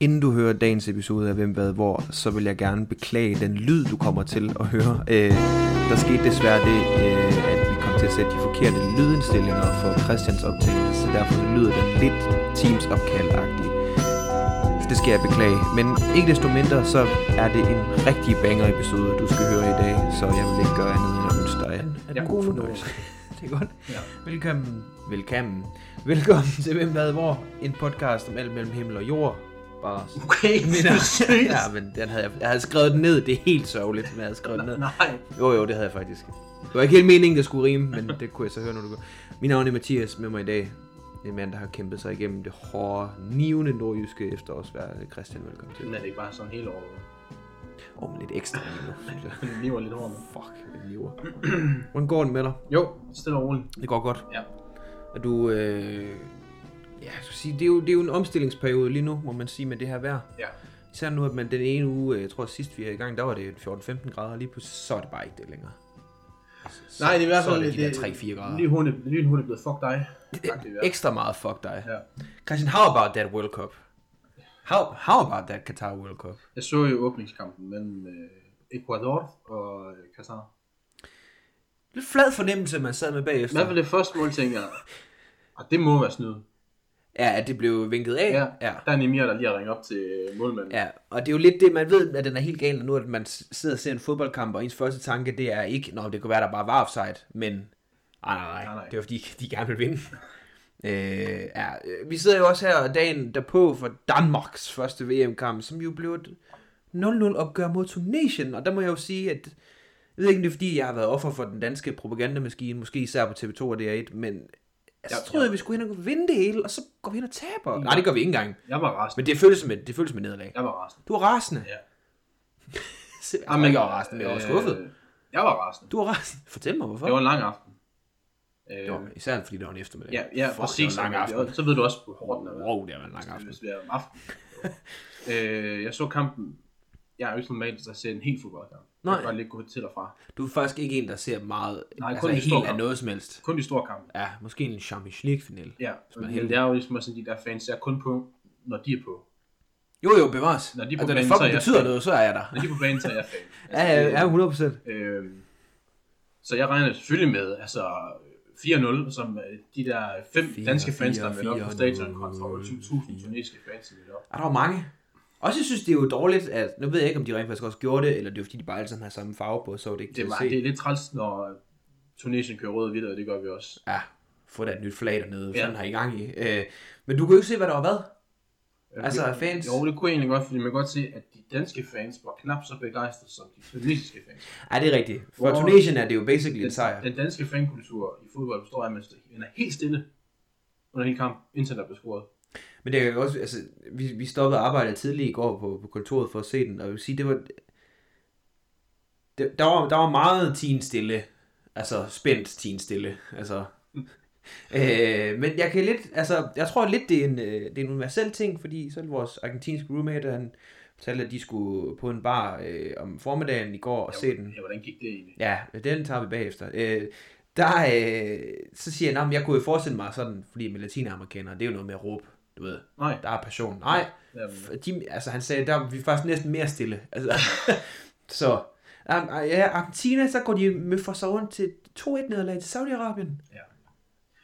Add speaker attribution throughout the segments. Speaker 1: Inden du hører dagens episode af Hvem Hvad Hvor, så vil jeg gerne beklage den lyd, du kommer til at høre. Øh, der skete desværre det, øh, at vi kom til at sætte de forkerte lydindstillinger for Christians optagelse, så derfor så lyder den lidt teams opkald Det skal jeg beklage, men ikke desto mindre, så er det en rigtig banger episode, du skal høre i dag, så jeg vil ikke gøre andet end at ønske dig en, en
Speaker 2: Ja.
Speaker 1: god fornøjelse. det er godt.
Speaker 2: Ja.
Speaker 1: Velkommen. Velkommen. Velkommen til Hvem Hvad Hvor, en podcast om alt mellem himmel og jord. Bare
Speaker 2: Okay,
Speaker 1: Jeg mener, ja, men den havde jeg, jeg havde skrevet den ned. Det er helt sørgeligt, men jeg havde skrevet den ned.
Speaker 2: Nej.
Speaker 1: Jo, jo, det havde jeg faktisk. Det var ikke helt meningen, det skulle rime, men det kunne jeg så høre, når du går. Mit navn er Mathias, med mig i dag. En mand, der har kæmpet sig igennem det hårde, nivende nordjyske efterårsvejr. Christian, velkommen til.
Speaker 2: Den er det ikke bare sådan helt over.
Speaker 1: Åh, men lidt ekstra lige nu. synes jeg.
Speaker 2: Den lever lidt over nu.
Speaker 1: Fuck, jeg lever. Hvordan går den med dig?
Speaker 2: Jo, stille og roligt.
Speaker 1: Det går godt.
Speaker 2: Ja.
Speaker 1: Og du, øh... Ja, jeg skulle sige, det er, jo, det er jo en omstillingsperiode lige nu, må man sige, med det her vejr.
Speaker 2: Ja.
Speaker 1: Især nu, at man den ene uge, øh, jeg tror sidst vi er i gang, der var det 14-15 grader, og lige pludselig, så er det bare ikke det længere. Så,
Speaker 2: Nej, det er i hvert fald
Speaker 1: så er det, de
Speaker 2: lidt-
Speaker 1: der 3-4 grader. Øh,
Speaker 2: Lige hurtigt, lige hurtigt blevet fuck dig. Agtigt, ja.
Speaker 1: Ekstra meget fuck dig.
Speaker 2: Ja.
Speaker 1: Christian, how about that World Cup? How, how about that Qatar World Cup?
Speaker 2: Jeg så jo åbningskampen mellem øh, Ecuador og øh, Qatar.
Speaker 1: Lidt flad fornemmelse, man sad med
Speaker 2: I hvert
Speaker 1: bagefter.
Speaker 2: fald det første mål, tænker jeg, og det må være snyd.
Speaker 1: Ja, at det blev vinket af.
Speaker 2: Ja.
Speaker 1: ja.
Speaker 2: Der er Nemir, der lige har ringet op til øh, målmanden.
Speaker 1: Ja, og det er jo lidt det, man ved, at den er helt gal nu, at man s- sidder og ser en fodboldkamp, og ens første tanke, det er ikke, nå, det kunne være, der bare var offside, men ej, nej, nej,
Speaker 2: Nej,
Speaker 1: nej,
Speaker 2: nej.
Speaker 1: det er jo fordi, de gerne vil vinde. øh, ja, øh, vi sidder jo også her dagen derpå for Danmarks første VM-kamp, som jo blev et 0-0 opgør mod Tunesien, og der må jeg jo sige, at jeg ved ikke, om det er fordi, jeg har været offer for den danske propagandamaskine, måske især på TV2 og DR1, men jeg
Speaker 2: Ja,
Speaker 1: troede,
Speaker 2: ja.
Speaker 1: at vi skulle hen og vinde det hele, og så går vi hen og taber. Nej, det gør vi ikke engang.
Speaker 2: Jeg var rasende.
Speaker 1: Men det føles som et, det føles som et nederlag.
Speaker 2: Jeg var rasende.
Speaker 1: Du er rasende.
Speaker 2: Ja.
Speaker 1: Ja, Ah, men, ikke rasende, men jeg var skuffet.
Speaker 2: Øh, jeg var rasende.
Speaker 1: Du er rasende. Fortæl mig, hvorfor.
Speaker 2: Det var en lang aften. Øh,
Speaker 1: det var især fordi det var en eftermiddag.
Speaker 2: ja, ja
Speaker 1: Fuck,
Speaker 2: præcis.
Speaker 1: Det var en lang aften.
Speaker 2: Så ved du også, hvor hårdt den har været.
Speaker 1: Wow, det var en lang aften.
Speaker 2: Hvis vi er om aftenen. øh, jeg så kampen. Jeg er jo ikke normalt, der ser en helt fodboldkamp.
Speaker 1: Nej.
Speaker 2: Jeg kan godt lidt gå til og fra.
Speaker 1: Du er faktisk ikke en, der ser meget,
Speaker 2: Nej,
Speaker 1: altså
Speaker 2: kun de
Speaker 1: helt
Speaker 2: store
Speaker 1: af
Speaker 2: kampe.
Speaker 1: noget som helst.
Speaker 2: Kun de store kampe.
Speaker 1: Ja, måske en Champions League-final.
Speaker 2: Ja,
Speaker 1: man er
Speaker 2: men
Speaker 1: heldig.
Speaker 2: det er jo ligesom sådan, de der fans er kun på, når de er på.
Speaker 1: Jo, jo, bevares.
Speaker 2: Når de er på
Speaker 1: altså, det
Speaker 2: banen, så er
Speaker 1: fucking
Speaker 2: jeg
Speaker 1: betyder
Speaker 2: fan.
Speaker 1: noget, så er jeg der.
Speaker 2: Når de er på banen, så er jeg fan.
Speaker 1: Ja, ja, ja, 100 procent.
Speaker 2: øh, så jeg regner selvfølgelig med, altså 4-0, som øh, de der fem
Speaker 1: Fire,
Speaker 2: danske fans, der
Speaker 1: fire,
Speaker 2: er mødt op på
Speaker 1: fire,
Speaker 2: stadion,
Speaker 1: nul,
Speaker 2: kontra over 20.000 tunesiske fans, der mødte op.
Speaker 1: Og der var mange. Også jeg synes, det er jo dårligt, at nu ved jeg ikke, om de rent faktisk også gjorde det, eller det er fordi, de bare alle sammen har samme farve på, så var det ikke
Speaker 2: Det
Speaker 1: til
Speaker 2: er,
Speaker 1: at
Speaker 2: meget-
Speaker 1: se.
Speaker 2: det er lidt træls, når Tunesien kører rød og hvidt, og det gør vi også.
Speaker 1: Ja, få da et nyt flag dernede, hvad
Speaker 2: Ja.
Speaker 1: fanden har I gang i? Øh, men du kunne jo ikke se, hvad der var hvad. Altså,
Speaker 2: jo,
Speaker 1: fans-
Speaker 2: Jo, det kunne jeg egentlig godt, fordi man kan godt se, at de danske fans var knap så begejstrede som de tunesiske fans.
Speaker 1: Ja, det er rigtigt. For
Speaker 2: Hvor-
Speaker 1: Tunesien er det jo basically en
Speaker 2: Den,
Speaker 1: sejr.
Speaker 2: den danske fankultur i fodbold består af, at man man er helt stille under hele kampen, indtil der bliver scoret.
Speaker 1: Men det er jo også, altså, vi, vi stoppede arbejdet tidligt i går på, på kontoret for at se den, og jeg vil sige, det var, det, der var, der var meget tin stille, altså spændt tin stille, altså. øh, men jeg kan lidt, altså, jeg tror lidt, det er en, øh, det er en universel ting, fordi selv vores argentinske roommate, han fortalte, at de skulle på en bar øh, om formiddagen i går og se den.
Speaker 2: Ja, hvordan gik det egentlig?
Speaker 1: Ja, den tager vi bagefter. Øh, der, øh, så siger jeg, at jeg kunne jo forestille mig sådan, fordi med latinamerikanere, det er jo noget med at råbe, du ved.
Speaker 2: Nej,
Speaker 1: Der er passion. Nej,
Speaker 2: jamen,
Speaker 1: f- de, altså han sagde, der er vi faktisk næsten mere stille. Altså, så, um, ja, Argentina, så går de med for sig rundt til 2-1 nederlag til Saudi-Arabien.
Speaker 2: Ja.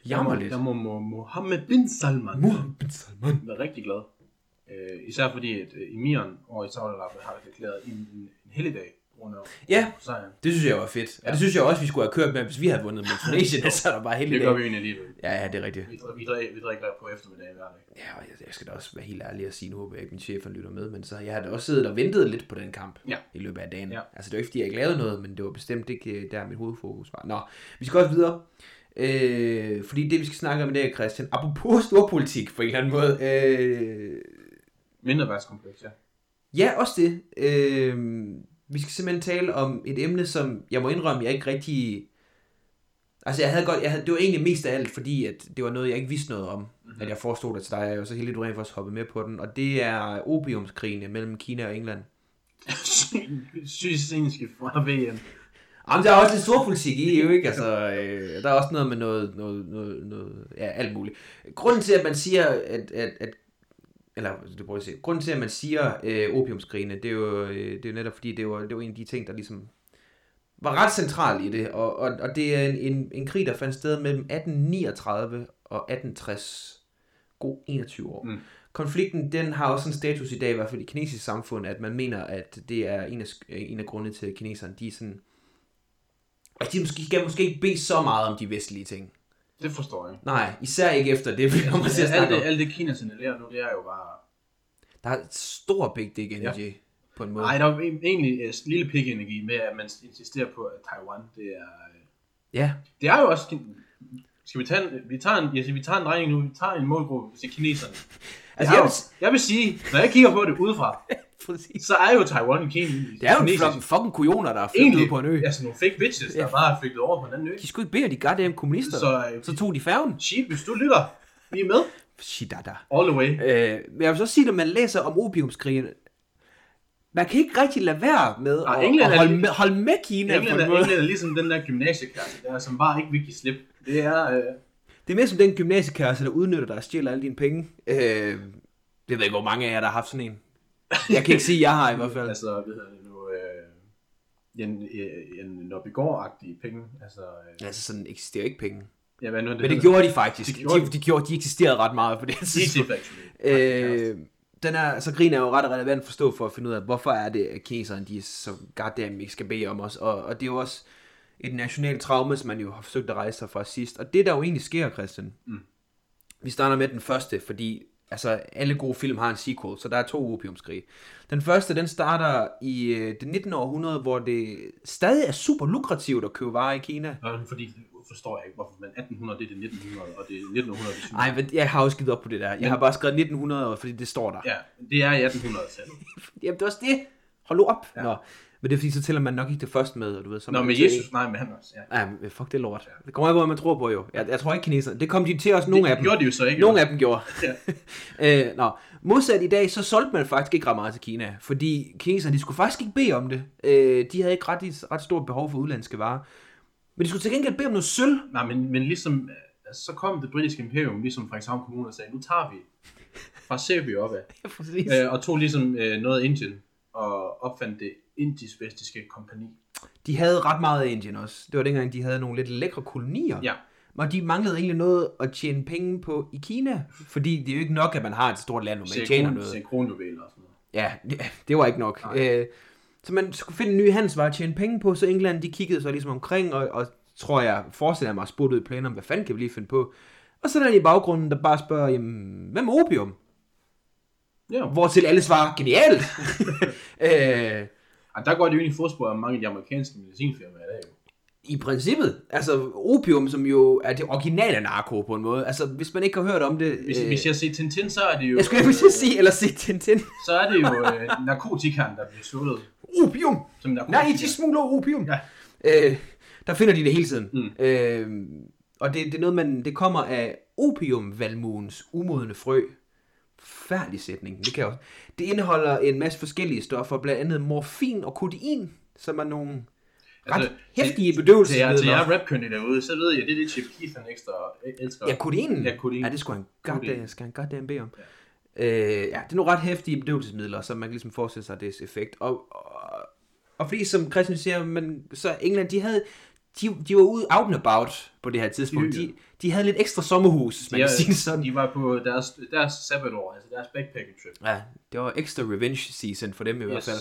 Speaker 1: Jammer
Speaker 2: der,
Speaker 1: lidt.
Speaker 2: må, må Mohammed bin Salman
Speaker 1: Mohammed bin Salman.
Speaker 2: være rigtig glad. Øh, især fordi, at øh, emiren over i Saudi-Arabien har erklæret en, en, en helligdag på grund af
Speaker 1: Ja,
Speaker 2: sejren.
Speaker 1: det synes jeg var fedt. Og det synes jeg også, vi skulle have kørt med, hvis vi havde vundet mod Tunesien, så er der bare hele
Speaker 2: Det gør vi
Speaker 1: dag.
Speaker 2: jo egentlig alligevel.
Speaker 1: Ja, ja, det er rigtigt.
Speaker 2: Vi, drik- vi, drik- vi drikker på eftermiddagen hver dag.
Speaker 1: Ja, og jeg, jeg skal da også være helt ærlig og sige, nu håber jeg ikke, min chef han lytter med, men så jeg har da også siddet og ventet lidt på den kamp
Speaker 2: Ja.
Speaker 1: i løbet af dagen.
Speaker 2: Ja.
Speaker 1: Altså det var ikke, fordi jeg ikke lavede noget, men det var bestemt ikke øh, der, mit hovedfokus var. Nå, vi skal også videre, øh, fordi det, vi skal snakke om i dag, Christian, apropos storpolitik på en eller anden måde. Øh,
Speaker 2: Mindre værtskompleks, ja.
Speaker 1: ja, også det. Øh, vi skal simpelthen tale om et emne, som jeg må indrømme, jeg ikke rigtig... Altså, jeg havde godt, jeg havde, det var egentlig mest af alt, fordi at det var noget, jeg ikke vidste noget om
Speaker 2: Mhm.
Speaker 1: at jeg forestod det til dig, og så heldig du rent faktisk hoppede med på den, og det er opiumskrigene mellem Kina og England.
Speaker 2: Sygesenske fra VM.
Speaker 1: Jamen, der er også lidt storpolitik i, jo ikke? Altså, øh, der er også noget med noget, noget, noget, noget, ja, alt muligt. Grunden til, at man siger, at, at, at eller du prøver at se. Grunden til, at man siger øh, opiumskrigene, det er jo øh, det er jo netop fordi, det var, det var en af de ting, der ligesom var ret central i det, og, og, og det er en, en, en krig, der fandt sted mellem 1839 og 1860. God 21 år.
Speaker 2: Mm.
Speaker 1: Mm. Konflikten, den har også en status i dag, i hvert fald i kinesisk samfund, at man mener, at det er en af, sk- en af grundene til, at kineserne, de er sådan... At Altså, de måske, skal måske ikke bede så meget om de vestlige ting.
Speaker 2: Det forstår jeg.
Speaker 1: Nej, især ikke efter det, vi kommer til at
Speaker 2: Ja, alt,
Speaker 1: snakke om.
Speaker 2: det, alt det Kina signalerer nu, det er jo bare...
Speaker 1: Der er stor big dick energy ja. på en måde.
Speaker 2: Nej, der er jo e- egentlig øh, lille pik-energi med, at man insisterer på, at Taiwan, det er... øh,
Speaker 1: Ja,
Speaker 2: Det er jo også... Skal vi tage en, vi tager en, jeg siger, vi tager en drejning nu, vi tager en målgruppe til kineserne.
Speaker 1: altså
Speaker 2: jeg,
Speaker 1: jeg
Speaker 2: vil,
Speaker 1: vil
Speaker 2: jeg vil sige, når jeg kigger på det udefra,
Speaker 1: præcis.
Speaker 2: så er jo Taiwan en kin-
Speaker 1: Det er jo en
Speaker 2: kinesisk-
Speaker 1: flok fucking kujoner, der er flygtet
Speaker 2: egentlig
Speaker 1: ud på en ø.
Speaker 2: Altså nogle fake bitches, der
Speaker 1: Ja.
Speaker 2: bare er flygtet over på en anden ø.
Speaker 1: De skulle ikke bede om de goddamn kommunister.
Speaker 2: Så,
Speaker 1: Så,
Speaker 2: øh,
Speaker 1: så tog de færgen.
Speaker 2: Sheep, hvis du lytter, vi er med.
Speaker 1: Shit, da, da.
Speaker 2: All the way.
Speaker 1: Øh, men jeg vil så sige, når man læser om opiumskrigen, man kan ikke rigtig lade være med
Speaker 2: Nej,
Speaker 1: at,
Speaker 2: England
Speaker 1: at
Speaker 2: er
Speaker 1: holde,
Speaker 2: lige-
Speaker 1: med, holde med Kina
Speaker 2: England
Speaker 1: på
Speaker 2: er,
Speaker 1: en måde.
Speaker 2: England er ligesom den der gymnasiekæreste, der som bare ikke vil give slip. Det er... Øh,
Speaker 1: Det er mere som den gymnasiekæreste, der udnytter dig og stjæler alle dine penge. Øh, det ved jeg ikke, hvor mange af jer, der har haft sådan en. Jeg kan ikke sige, jeg har i hvert fald.
Speaker 2: altså, hvad hedder det nu... Øh, en, øh, en Norbegård-agtig penge. Altså, øh,
Speaker 1: Altså, sådan eksisterer ikke penge.
Speaker 2: ja, hvad nu er det?
Speaker 1: Men det gjorde de faktisk.
Speaker 2: Det gjorde
Speaker 1: De, de, gjorde, de eksisterede ret meget på det
Speaker 2: Det
Speaker 1: tidspunkt.
Speaker 2: er actually.
Speaker 1: Øh, den er, så grin er jo ret relevant at forstå for at finde ud af, hvorfor er det, at kineserne de er så goddamn ikke skal bede om os. Og, og det er jo også et nationalt traume, som man jo har forsøgt at rejse sig fra sidst. Og det, der jo egentlig sker, Christian,
Speaker 2: Mm.
Speaker 1: vi starter med den første, fordi altså, alle gode film har en sequel, så der er to opiumskrige. Den første, den starter i øh, det 19. århundrede, hvor det stadig er super lukrativt at købe varer i Kina.
Speaker 2: Nå, fordi forstår jeg ikke, hvorfor man 1800, det er det 1900, og det er 1900, det synes
Speaker 1: Nej, men jeg har også givet op på det der. Jeg
Speaker 2: Mm. Men-
Speaker 1: har bare skrevet 1900, fordi det står der.
Speaker 2: Ja, det er i 1800-tallet.
Speaker 1: Jamen, det er også det. Hold nu op. Ja. Nå. Men det er fordi, så tæller man nok ikke det først med, og du ved. Så er
Speaker 2: Nå,
Speaker 1: man
Speaker 2: men
Speaker 1: til-
Speaker 2: Jesus, nej, men han også, ja.
Speaker 1: Ja, men fuck det lort. Det kommer ikke, hvor man tror på jo. Jeg, jeg tror ikke kineserne. Det kom de til os, nogle af dem.
Speaker 2: Gjorde de jo så ikke?
Speaker 1: Nogle af dem gjorde. Ja. øh, nå. Modsat i dag, så solgte man faktisk ikke ret meget til Kina, fordi kineserne de skulle faktisk ikke bede om det. Øh, de havde ikke ret, ret stort behov for udlandske varer. Men de skulle til gengæld bede om noget sølv.
Speaker 2: Nej, men, men ligesom, øh, så kom det britiske imperium, ligesom Frederikshavn Kommune, og sagde, nu tager vi fra Serbien opad,
Speaker 1: Ja, præcis.
Speaker 2: øh, og tog ligesom øh, noget af Indien, og opfandt det indisk-vestiske kompani.
Speaker 1: De havde ret meget af Indien også. Det var dengang, de havde nogle lidt lækre kolonier.
Speaker 2: Ja.
Speaker 1: Og de manglede egentlig noget at tjene penge på i Kina. Fordi det er jo ikke nok, at man har et stort land, hvor man tjener noget.
Speaker 2: Senkronjuveler og sådan noget.
Speaker 1: Ja, det- det var ikke nok. Øh, så man skulle finde en ny handelsvare at tjene penge på, så England de kiggede sig ligesom omkring, og, og tror jeg, forestiller jeg mig, spurgte ud i planer om, hvad fanden kan vi lige finde på? Og så er der en i baggrunden, der bare spørger, jamen, hvad med opium?
Speaker 2: Ja,
Speaker 1: Hvortil alle svarer, genialt! øh,
Speaker 2: og der går det jo egentlig i fodspor af mange af de amerikanske medicinfirmaer i dag. jo.
Speaker 1: I princippet. Altså opium, som jo er det originale narko på en måde. Altså hvis man ikke har hørt om det...
Speaker 2: Hvis, øh,
Speaker 1: øh,
Speaker 2: hvis jeg ser Tintin, så er det jo...
Speaker 1: jeg skulle lige
Speaker 2: øh,
Speaker 1: sige, eller sige Tintin.
Speaker 2: så er det jo øh, narkotikaen, der bliver sluttet
Speaker 1: Opium!
Speaker 2: som narkotika.
Speaker 1: Nej, de smugler opium!
Speaker 2: Ja.
Speaker 1: Øh, der finder de det hele tiden.
Speaker 2: Mm.
Speaker 1: Øh, og det, det er noget, man... Det kommer af opiumvalmuens umodne frø. Færdig sætning. Det, kan jeg også. det indeholder en masse forskellige stoffer, blandt andet morfin og kodein, som er nogle ret
Speaker 2: Altså,
Speaker 1: altså,
Speaker 2: til-
Speaker 1: hæftige
Speaker 2: Til jer, til
Speaker 1: bedøvelsesmidler.
Speaker 2: jer rapkyndige derude, så ved jeg, det er det Chip Keith, han ekstra øh, elsker.
Speaker 1: Ja, kodeinen.
Speaker 2: Ja, kodein.
Speaker 1: Ja, det skulle han
Speaker 2: Kodein.
Speaker 1: goddamn, skal han goddamn bede om. Ja. Øh, ja, det er nogle ret hæftige bedøvelsesmidler, så man kan ligesom forestille sig dets effekt. Og, og, og fordi, som Christian siger, men, så England, de havde... De, de var ude out and about på det her tidspunkt.
Speaker 2: Ja, ja.
Speaker 1: De, de havde lidt ekstra sommerhus, hvis man
Speaker 2: Ja,
Speaker 1: kan sige det sådan.
Speaker 2: De var på deres, deres sabbatår, altså deres backpacking trip.
Speaker 1: Ja, det var ekstra revenge season for dem i hvert
Speaker 2: Yes.
Speaker 1: fald.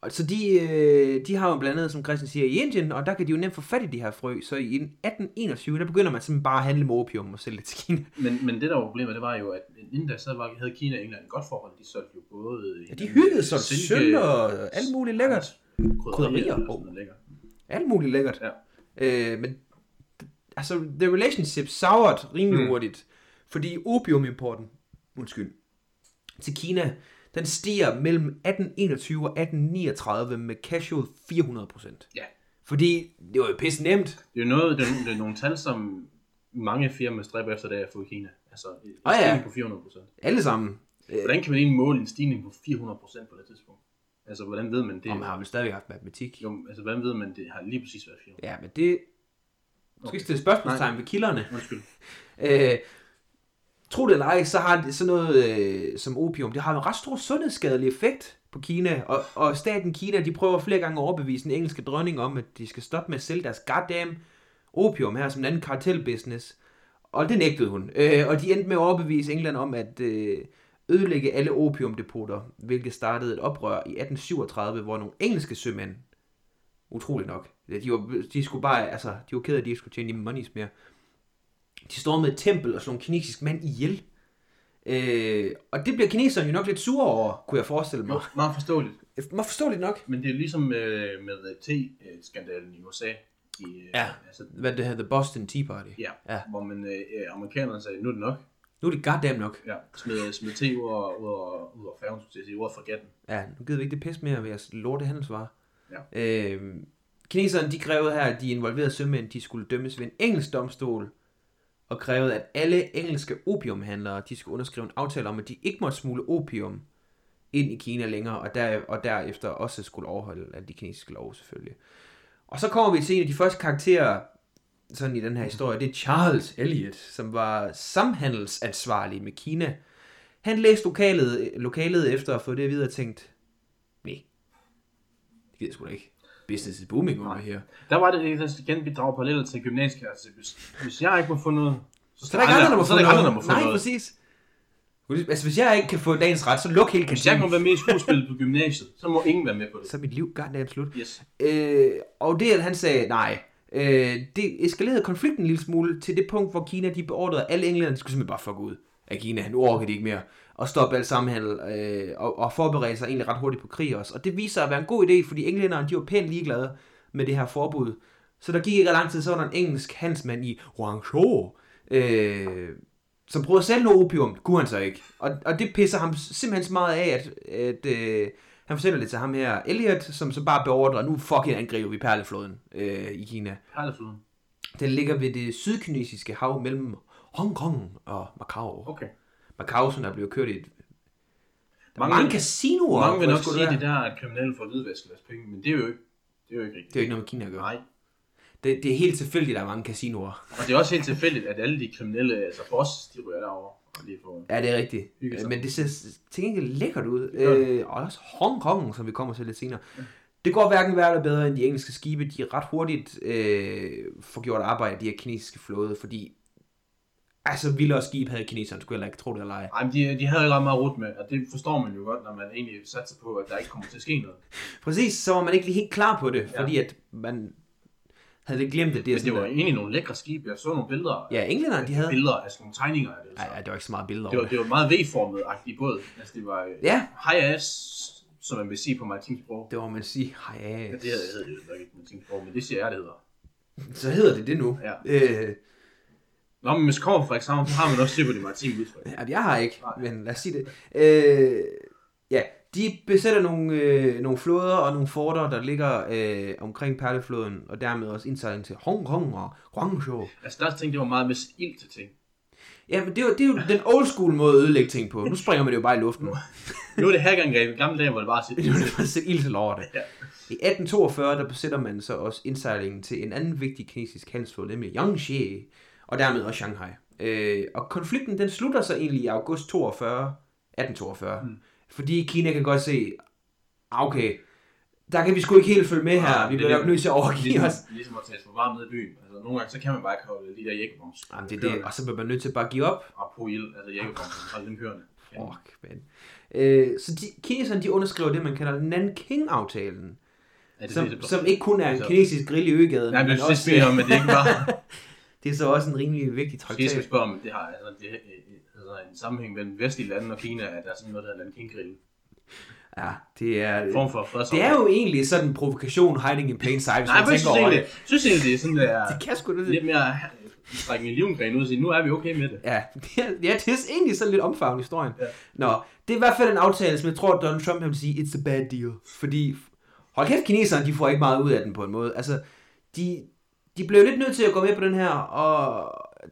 Speaker 1: Og så de, øh, de har jo blandt andet, som Christian siger, i Indien, og der kan de jo nemt få fat i de her frø. Så i 1821, der begynder man simpelthen bare at handle med opium og sælge det til Kina.
Speaker 2: Men, men det der var problemet, det var jo, at inden da, så var, havde Kina og England et godt forhold. De solgte jo både... øh,
Speaker 1: Ja, de hyldede sig sølv og alt muligt lækkert.
Speaker 2: Krydderier
Speaker 1: Krydderier.
Speaker 2: og sådan noget lækkert.
Speaker 1: Alt muligt lækkert.
Speaker 2: Ja.
Speaker 1: Øh, men altså, the relationship soured rimelig
Speaker 2: Mm.
Speaker 1: mm. hurtigt, fordi opiumimporten, undskyld, til Kina, den stiger mellem 1821 og 1839 med casual 400 procent.
Speaker 2: Ja.
Speaker 1: Fordi det var jo pisse nemt.
Speaker 2: Det er jo noget, det er, det er nogle tal, som mange firmaer stræber efter, da jeg får i Kina. Altså, en
Speaker 1: Åh, Ah, ja.
Speaker 2: stigning på 400 procent.
Speaker 1: Alle sammen.
Speaker 2: Hvordan kan man egentlig måle en stigning på 400 procent på det tidspunkt? Altså, hvordan ved man det?
Speaker 1: Og man har vel stadigvæk haft matematik.
Speaker 2: Jo, altså, hvordan ved man, det har lige præcis været 400?
Speaker 1: Ja, men det... Du skal ikke stille spørgsmålstegn ved kilderne.
Speaker 2: Undskyld.
Speaker 1: Øh, Tro det eller ej, så har det sådan noget øh, som opium, det har en ret stor sundhedsskadelig effekt på Kina, og, og staten Kina, de prøver flere gange at overbevise den engelske dronning om, at de skal stoppe med at sælge deres goddamn opium her som en anden kartelbusiness. Og det nægtede hun. Øh, og de endte med at overbevise England om at øh, ødelægge alle opiumdepoter, hvilket startede et oprør i 1837, hvor nogle engelske sømænd, utroligt nok, de, var, de skulle bare, altså, de var ked af, at de ikke skulle tjene de monies mere. De stormede et tempel og slog en kinesisk mand ihjel. Øh, og det bliver kineserne jo nok lidt sure over, kunne jeg forestille mig.
Speaker 2: Jo, meget forståeligt.
Speaker 1: Må forståeligt nok.
Speaker 2: Men det er ligesom øh, med T-skandalen i USA. I, øh,
Speaker 1: Ja.
Speaker 2: Altså,
Speaker 1: Hvad det hedder, The Boston Tea Party.
Speaker 2: ja,
Speaker 1: Ja.
Speaker 2: ja. Hvor man, øh, amerikanerne sagde, nu er det nok.
Speaker 1: Nu er det goddamn nok.
Speaker 2: Ja, smed, smed te ud over, ud over, ud over færgen, skulle jeg sige, ud over fregatten.
Speaker 1: Ja, nu gider vi ikke det pis mere ved jeres lorte handelsvarer.
Speaker 2: Ja.
Speaker 1: Øhm, kineserne, de krævede her, at de involverede sømænd, de skulle dømmes ved en engelsk domstol, og krævede, at alle engelske opiumhandlere, de skulle underskrive en aftale om, at de ikke måtte smule opium ind i Kina længere, og, der, og derefter også skulle overholde alle de kinesiske love, selvfølgelig. Og så kommer vi til en af de første karakterer, sådan i den her historie, det er Charles Elliot, som var samhandelsansvarlig med Kina. Han læste lokalet, lokalet efter at få det at vide og tænkte, nej, det gider jeg sgu da ikke. Business is booming over her.
Speaker 2: Der var det altså igen, vi drager paralleller til gymnasiet. Altså, hvis, hvis jeg ikke må få noget,
Speaker 1: Så er der ikke andre, der må
Speaker 2: så
Speaker 1: få
Speaker 2: er der ikke andre, der må
Speaker 1: noget.
Speaker 2: få
Speaker 1: Nej,
Speaker 2: noget.
Speaker 1: præcis. Altså, hvis jeg ikke kan få dagens ret, så luk hele
Speaker 2: Hvis jeg ikke må
Speaker 1: kantinen.
Speaker 2: være med i skuespillet på gymnasiet, så må ingen være med på det.
Speaker 1: Så er mit liv gardt slut.
Speaker 2: Yes.
Speaker 1: Øh, og det, at han sagde nej, øh, det eskalerede konflikten en lille smule til det punkt, hvor Kina de beordrede alle englænderne, de skulle simpelthen bare fuck ud af Kina. Nu orker de ikke mere. Og stoppe al samhandel øh, og, og forberede sig egentlig ret hurtigt på krig også. Og det viser sig at være en god idé, fordi englænderne de var pænt ligeglade med det her forbud. Så der gik ikke ret lang tid, så var der en engelsk handelsmand i Guangzhou, øh, som prøvede at sælge noget opium. Det kunne han så ikke. Og, og det pisser ham simpelthen så meget af, at, at øh, han fortæller det til ham her, Elliot, som så bare beordrer, nu fucking angriber vi Perlefloden øh, i Kina.
Speaker 2: Perlefluden.
Speaker 1: Den ligger ved det sydkinesiske hav mellem Hongkong og Macau.
Speaker 2: Okay.
Speaker 1: Macau, som der bliver kørt i et... Der mange,
Speaker 2: Mange-
Speaker 1: mange casinoer.
Speaker 2: Mange vil
Speaker 1: hvor
Speaker 2: nok
Speaker 1: skulle
Speaker 2: sige
Speaker 1: være.
Speaker 2: det der, at kriminelle får hvidvasket deres penge, men det er jo ikke, det er jo ikke rigtigt.
Speaker 1: Det er jo ikke noget med Kina at gøre.
Speaker 2: Nej.
Speaker 1: Det, det er helt tilfældigt, at der er mange casinoer.
Speaker 2: Og det er også helt tilfældigt, at alle de kriminelle, altså boss, de ryger derover og lige får
Speaker 1: Ja, det er rigtigt.
Speaker 2: Hygge sig.
Speaker 1: Men det ser til gengæld lækkert ud.
Speaker 2: gør det.
Speaker 1: Øh, og også Hong Kong, som vi kommer til lidt senere. Det går hverken værre eller bedre end de engelske skibe. De er ret hurtigt øh, får gjort arbejde af de her kinesiske flåde, fordi altså vildere skib havde kineserne, skulle jeg ikke tro det eller ej.
Speaker 2: Ej, men de, de havde ikke ret meget rut med, og det forstår man jo godt, når man egentlig satser på, at der ikke kommer til at ske noget.
Speaker 1: Præcis, så var man ikke lige helt klar på det,
Speaker 2: Ja.
Speaker 1: fordi at man havde lidt glemt det. Det, er
Speaker 2: Men det
Speaker 1: sådan,
Speaker 2: var
Speaker 1: at-
Speaker 2: egentlig nogle lækre skibe, jeg så nogle billeder,
Speaker 1: Ja, englænderne, de havde...
Speaker 2: billeder, altså nogle tegninger af det. Så.
Speaker 1: Ej, ej, det var ikke så meget billeder
Speaker 2: Det
Speaker 1: over
Speaker 2: var,
Speaker 1: det.
Speaker 2: det var meget V-formet-agtigt båd. Altså, det var øh,
Speaker 1: Ja,
Speaker 2: high ass, som man vil sige på maritimt sprog.
Speaker 1: det var man sige, hej,
Speaker 2: Ja, det hedder- hedder det nok ikke på maritimt sprog, men det siger jeg, det hedder.
Speaker 1: så hedder det det nu.
Speaker 2: Ja.
Speaker 1: Øh,
Speaker 2: Nå, men hvis kommer fra eksamen, så har man også styr på det maritime udtryk.
Speaker 1: Ja, jeg har ikke,
Speaker 2: Nej.
Speaker 1: men lad os sige det. Øh, ja, de besætter nogle, øh, nogle floder og nogle forter, der ligger øh, omkring Perlefloden, og dermed også indsejling til Hong Kong og Guangzhou.
Speaker 2: Altså, der tænkte det var meget med ild til ting.
Speaker 1: Ja, men det er, jo, det er jo den old school måde at ødelægge ting på. Nu springer man det jo bare i luften.
Speaker 2: Nu er det hackerangreb. I gamle dage var det bare sit.
Speaker 1: Nu er det bare at sætte ild til over det.
Speaker 2: Ja.
Speaker 1: I 1842, der besætter man så også indsejlingen til en anden vigtig kinesisk handelsflåde, nemlig Yangtze, og dermed også Shanghai. Øh, og konflikten, den slutter så egentlig i august 42, 1842, mm. fordi Kina kan godt se, ah, okay, der kan vi sgu ikke helt følge med
Speaker 2: Ah,
Speaker 1: her, vi bliver nok nødt til at overgive os.
Speaker 2: Ligesom, ligesom at tage for varmt ned i byen. Altså, nogle gange, så kan man bare ikke holde de der jækkebomser.
Speaker 1: Jamen, det er det, og så bliver man nødt til at bare give op.
Speaker 2: Og på ild, altså jækkebomser, holde dem kørende. Ja.
Speaker 1: Fuck, man. Øh, så de, kineserne, de underskriver det, man kalder Nanking-aftalen,
Speaker 2: Ja, det, er det,
Speaker 1: som,
Speaker 2: det,
Speaker 1: som ikke kun er en
Speaker 2: Altså-
Speaker 1: kinesisk grill i øgaden,
Speaker 2: Nej, men
Speaker 1: men
Speaker 2: det
Speaker 1: også...
Speaker 2: er om, at det ikke bare...
Speaker 1: Det er så også en rimelig vigtig
Speaker 2: Måske jeg skal
Speaker 1: traktat.
Speaker 2: spørge om, det har altså, det, øh, altså, en sammenhæng mellem vestlige lande og Kina, at der er sådan noget, der hedder Nanking-grillen.
Speaker 1: Ja, det er...
Speaker 2: En form for fredsår.
Speaker 1: Det er jo egentlig sådan en provokation, hiding in plain sight, hvis
Speaker 2: Nej,
Speaker 1: man
Speaker 2: men
Speaker 1: tænker
Speaker 2: jeg synes
Speaker 1: over
Speaker 2: egentlig,
Speaker 1: det.
Speaker 2: synes egentlig, det er sådan, der
Speaker 1: Det kan sgu det.
Speaker 2: lidt mere øh, strække en livgren ud og sige, nu er vi okay med det.
Speaker 1: Ja, det er, ja, det er egentlig sådan lidt omfavnet historien. Ja. Nå, det er i hvert fald en aftale, som jeg tror, Donald Trump han vil sige, it's a bad deal. Fordi, hold kæft, kineserne, de får ikke meget ud af den på en måde. Altså, de, de blev lidt nødt til at gå med på den her, og,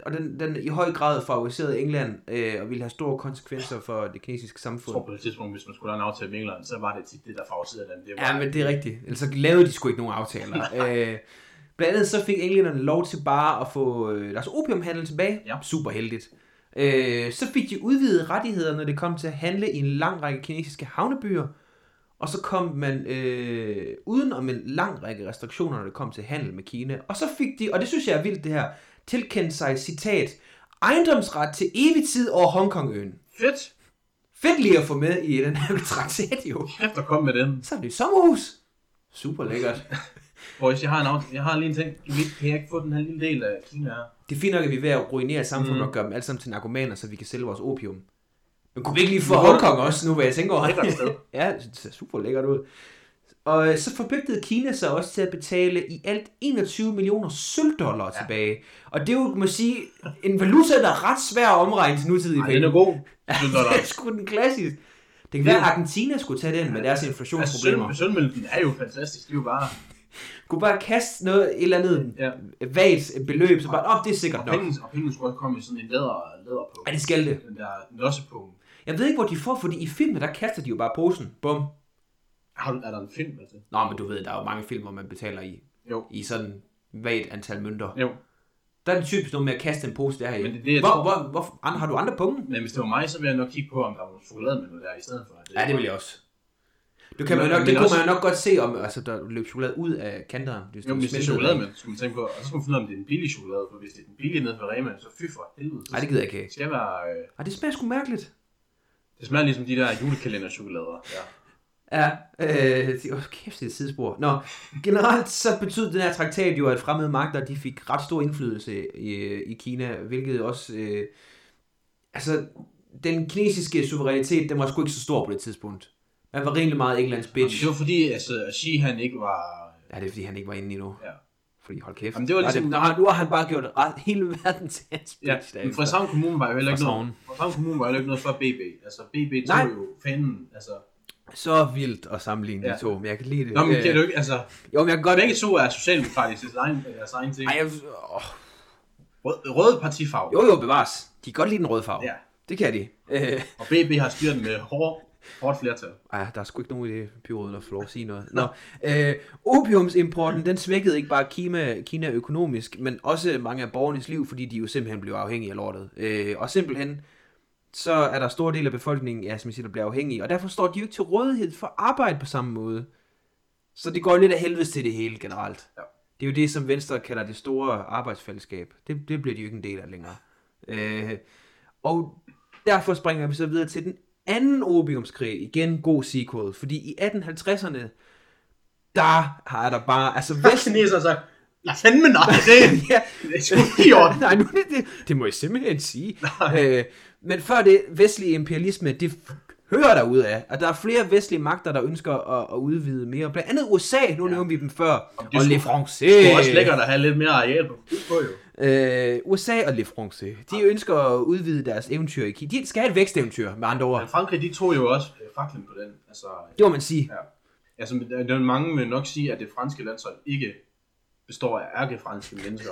Speaker 1: og den, den i høj grad favoriserede England, øh, og ville have store konsekvenser for det kinesiske
Speaker 2: Jeg
Speaker 1: samfund.
Speaker 2: tror på det tidspunkt, hvis man skulle lave en aftale med England, så var det tit det, der favoriserede den. Det var,
Speaker 1: Ja, men det er rigtigt. Ellers så lavede de sgu ikke nogen aftaler. øh, blandt andet så fik englænderne lov til bare at få øh, deres opiumhandel tilbage.
Speaker 2: Ja.
Speaker 1: Super heldigt. Øh, så fik de udvidet rettigheder, når det kom til at handle i en lang række kinesiske havnebyer. Og så kom man øh, uden om en lang række restriktioner, når det kom til handel med Kina. Og så fik de, og det synes jeg er vildt det her, tilkendt sig, citat, ejendomsret til evig tid over Hongkongøen.
Speaker 2: Fedt!
Speaker 1: Fedt lige at få med i den her traktat jo.
Speaker 2: Kæft at komme med den.
Speaker 1: Så er det sommerhus. Super lækkert.
Speaker 2: Boys, jeg har, en aftale. jeg har lige en ting. Du lige- Kan jeg ikke få den her lille del af Kina her?
Speaker 1: Det er fint nok, at vi er ved at ruinere samfundet mm. og gøre dem alle sammen til narkomaner, så vi kan sælge vores opium. Men kunne vi ikke lige få
Speaker 2: Hvor-
Speaker 1: Hongkong også, nu hvad jeg tænker over
Speaker 2: Lækkert sted.
Speaker 1: ja, det ser super lækkert ud. Og øh, så forpligtede Kina sig også til at betale i alt 21 millioner sølvdollar ja. tilbage. Og det er jo, må sige, en valuta, der er ret svær at omregne til nutidige
Speaker 2: Ej, den er god. Synes jeg
Speaker 1: det er
Speaker 2: da.
Speaker 1: sgu den klassisk. Det kan være, at Argentina skulle tage den med deres
Speaker 2: Altså,
Speaker 1: inflationsproblemer.
Speaker 2: søn- sønmælken er jo fantastisk. Det er jo bare...
Speaker 1: Kunne bare kaste noget, et eller andet
Speaker 2: Ja.
Speaker 1: vagt beløb, så bare, op, det er sikkert
Speaker 2: Og
Speaker 1: nok.
Speaker 2: pengene, og pengene skulle også komme i sådan en læder, læder på.
Speaker 1: Ja, det skal det.
Speaker 2: Den der nossepunge.
Speaker 1: Jeg ved ikke, hvor de får, fordi i filmen, der kaster de jo bare posen. Bum.
Speaker 2: Har du, er der en film altså? med det?
Speaker 1: Nå, men du ved, der er jo mange film, hvor man betaler i,
Speaker 2: Jo.
Speaker 1: i sådan vagt antal mønter. Ja.
Speaker 2: Jo.
Speaker 1: Der er det typisk noget med at kaste en pose der
Speaker 2: Men det er det, jeg
Speaker 1: hvor,
Speaker 2: tror.
Speaker 1: hvor, hvor, an, har du andre punkter?
Speaker 2: Men hvis det var mig, så ville jeg nok kigge på, om der var nogle chokolademænd der i stedet for.
Speaker 1: Ja, det vil jeg også. Du kan man
Speaker 2: Men-
Speaker 1: nok,
Speaker 2: men
Speaker 1: det kunne
Speaker 2: også-
Speaker 1: man jo nok godt se, om altså, der løb chokolade ud af kanterne. Hvis
Speaker 2: Jo,
Speaker 1: du
Speaker 2: men hvis det er
Speaker 1: smeltede
Speaker 2: chokolademænd, så skal man tænke på, og så skal man finde ud af, om det er en billig chokolade, for hvis det er den billige nede fra Rema, så fy for helvede.
Speaker 1: Ej, det gider jeg ikke.
Speaker 2: Det skal være, øh,
Speaker 1: Ej, det smager sgu mærkeligt.
Speaker 2: det smager ligesom de der julekalenderchokolader. Ja.
Speaker 1: Ja, øh, det var kæft, det er et sidespor. Nå, generelt så betød den her traktat jo, at fremmede magter de fik ret stor indflydelse i, i Kina, hvilket også... Øh, altså, den kinesiske suverænitet, den var sgu ikke så stor på det tidspunkt. Man var rimelig meget Englands
Speaker 2: Jamen,
Speaker 1: bitch.
Speaker 2: det var fordi, altså, at Xi han ikke var...
Speaker 1: Ja, det er fordi, han ikke var inde endnu.
Speaker 2: Ja.
Speaker 1: Fordi hold kæft.
Speaker 2: Jamen, det var
Speaker 1: Nej,
Speaker 2: ligesom-
Speaker 1: nej, nu har han bare gjort ret, hele verden til hans
Speaker 2: Ja,
Speaker 1: bitch.
Speaker 2: men
Speaker 1: derefter.
Speaker 2: Frederikshavn Kommune var jo heller ikke noget,
Speaker 1: Frederikshavn.
Speaker 2: Frederikshavn Kommune var heller ikke noget for BB. Altså, BB
Speaker 1: Nej.
Speaker 2: tog jo fanden, altså...
Speaker 1: Så vildt at sammenligne ja. de
Speaker 2: Ja.
Speaker 1: to, men jeg kan lide det.
Speaker 2: Nå, men
Speaker 1: Øh,
Speaker 2: kan du ikke, altså...
Speaker 1: Jo, men jeg kan godt...
Speaker 2: Begge to er socialdemokratisk i egen, deres egen ting.
Speaker 1: Ej, jeg... Åh,
Speaker 2: Rød, rød partifarve.
Speaker 1: Jo, jo, bevares. De kan godt lide den røde farve.
Speaker 2: Ja.
Speaker 1: Det kan de. Øh,
Speaker 2: Og BB har styrt den med hård, hårdt flertal.
Speaker 1: Ej, der er sgu ikke nogen i det byråd, der får lov at sige noget. Nå, øh, opiumsimporten, den svækkede ikke bare Kina, Kina økonomisk, men også mange af borgernes liv, fordi de jo simpelthen blev afhængige af lortet. Øh, og simpelthen, så er der store del af befolkningen, ja, som jeg siger, der bliver afhængige, og derfor står de jo ikke til rådighed for arbejde på samme måde. Så det går lidt af helvedes til det hele generelt.
Speaker 2: Ja.
Speaker 1: Det er jo det, som Venstre kalder det store arbejdsfællesskab. Det, det bliver de jo ikke en del af længere. Øh, og derfor springer vi så videre til den anden opiumskrig. Igen god sequel. Fordi i 1850'erne, der har der bare... Altså Vesten...
Speaker 2: Kineser så... Nej, fandme nej, det er...
Speaker 1: ja,
Speaker 2: Det er sgu ikke i orden.
Speaker 1: Nej, nu, er det, det, det må jeg simpelthen sige. Øh, men før det, vestlige imperialisme, det f- hører derud af. Og der er flere vestlige magter, der ønsker at, at udvide mere. Blandt andet USA, nu ja. nævnte vi dem før. Og
Speaker 2: det er
Speaker 1: Le
Speaker 2: sgu-
Speaker 1: Français.
Speaker 2: Det er også lækkert at have lidt mere areal på, på jo.
Speaker 1: Øh, USA og Le Français, de ønsker at udvide deres eventyr i Kina. De skal have et væksteventyr, med andre ord.
Speaker 2: Men Frankrig, de tog jo også øh, faklen på den. Altså,
Speaker 1: Det må man sige.
Speaker 2: ja. altså der der er mange vil nok sige, at det franske landshold ikke består af ærkefranske mennesker.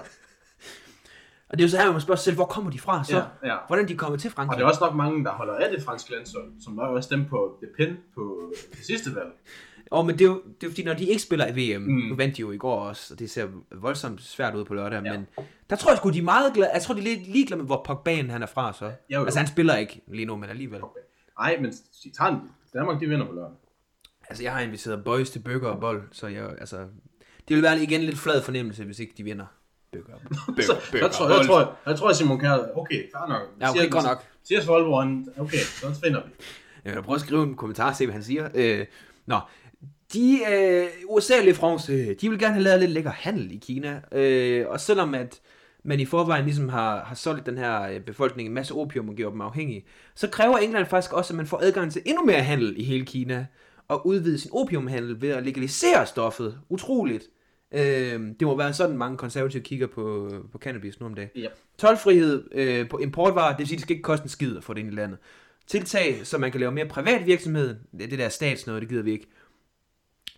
Speaker 1: Og det er jo så her, man spørger sig selv, hvor kommer de fra så?
Speaker 2: Ja, ja.
Speaker 1: Hvordan de kommer til
Speaker 2: Og
Speaker 1: Frankrig?
Speaker 2: der er også nok mange, der holder af det franske landshold, som var også dem på The Pen på øh, det sidste valg.
Speaker 1: Og men det er, jo, det er jo fordi, når de ikke spiller i VM, mm.
Speaker 2: Mm.
Speaker 1: nu vandt de jo i går også, og det ser voldsomt svært ud på lørdag, ja. men der tror jeg sgu, de er meget glade, jeg tror, de er lidt ligeglade med, hvor Pogbaen han er fra så.
Speaker 2: jo.
Speaker 1: Altså han spiller ikke lige nu, men alligevel.
Speaker 2: Nej, men de tager den. Danmark, de vinder på lørdag.
Speaker 1: Altså jeg har inviteret boys til bøger og bold, så jeg, altså, det vil være igen en lidt flad fornemmelse, hvis ikke de vinder. Bøger og bold.
Speaker 2: Så, der, tror, der, tror, jeg- der tror jeg, Simon Kjær, okay, fair nok.
Speaker 1: Ja, okay, godt nok.
Speaker 2: Siger Svolvo, okay, så finder vi.
Speaker 1: Jeg vil prøve at skrive en kommentar og se, hvad han siger. Øh, nå, de, øh, USA og Le France, øh, de vil gerne have lavet lidt lækker handel i Kina. Øh, og selvom at man i forvejen ligesom har, har solgt den her øh, befolkning en masse opium og gjort dem afhængige, så kræver England faktisk også, at man får adgang til endnu mere handel i hele Kina og udvide sin opiumhandel ved at legalisere stoffet. Utroligt. Øh, det må være sådan, mange konservative kigger på, på cannabis nu om dagen.
Speaker 2: Ja.
Speaker 1: Tolvfrihed øh, på importvarer, det vil sige, det skal ikke koste en skid at få det ind i landet. Tiltag, så man kan lave mere privat virksomhed, det det der statsnød, det gider vi ikke.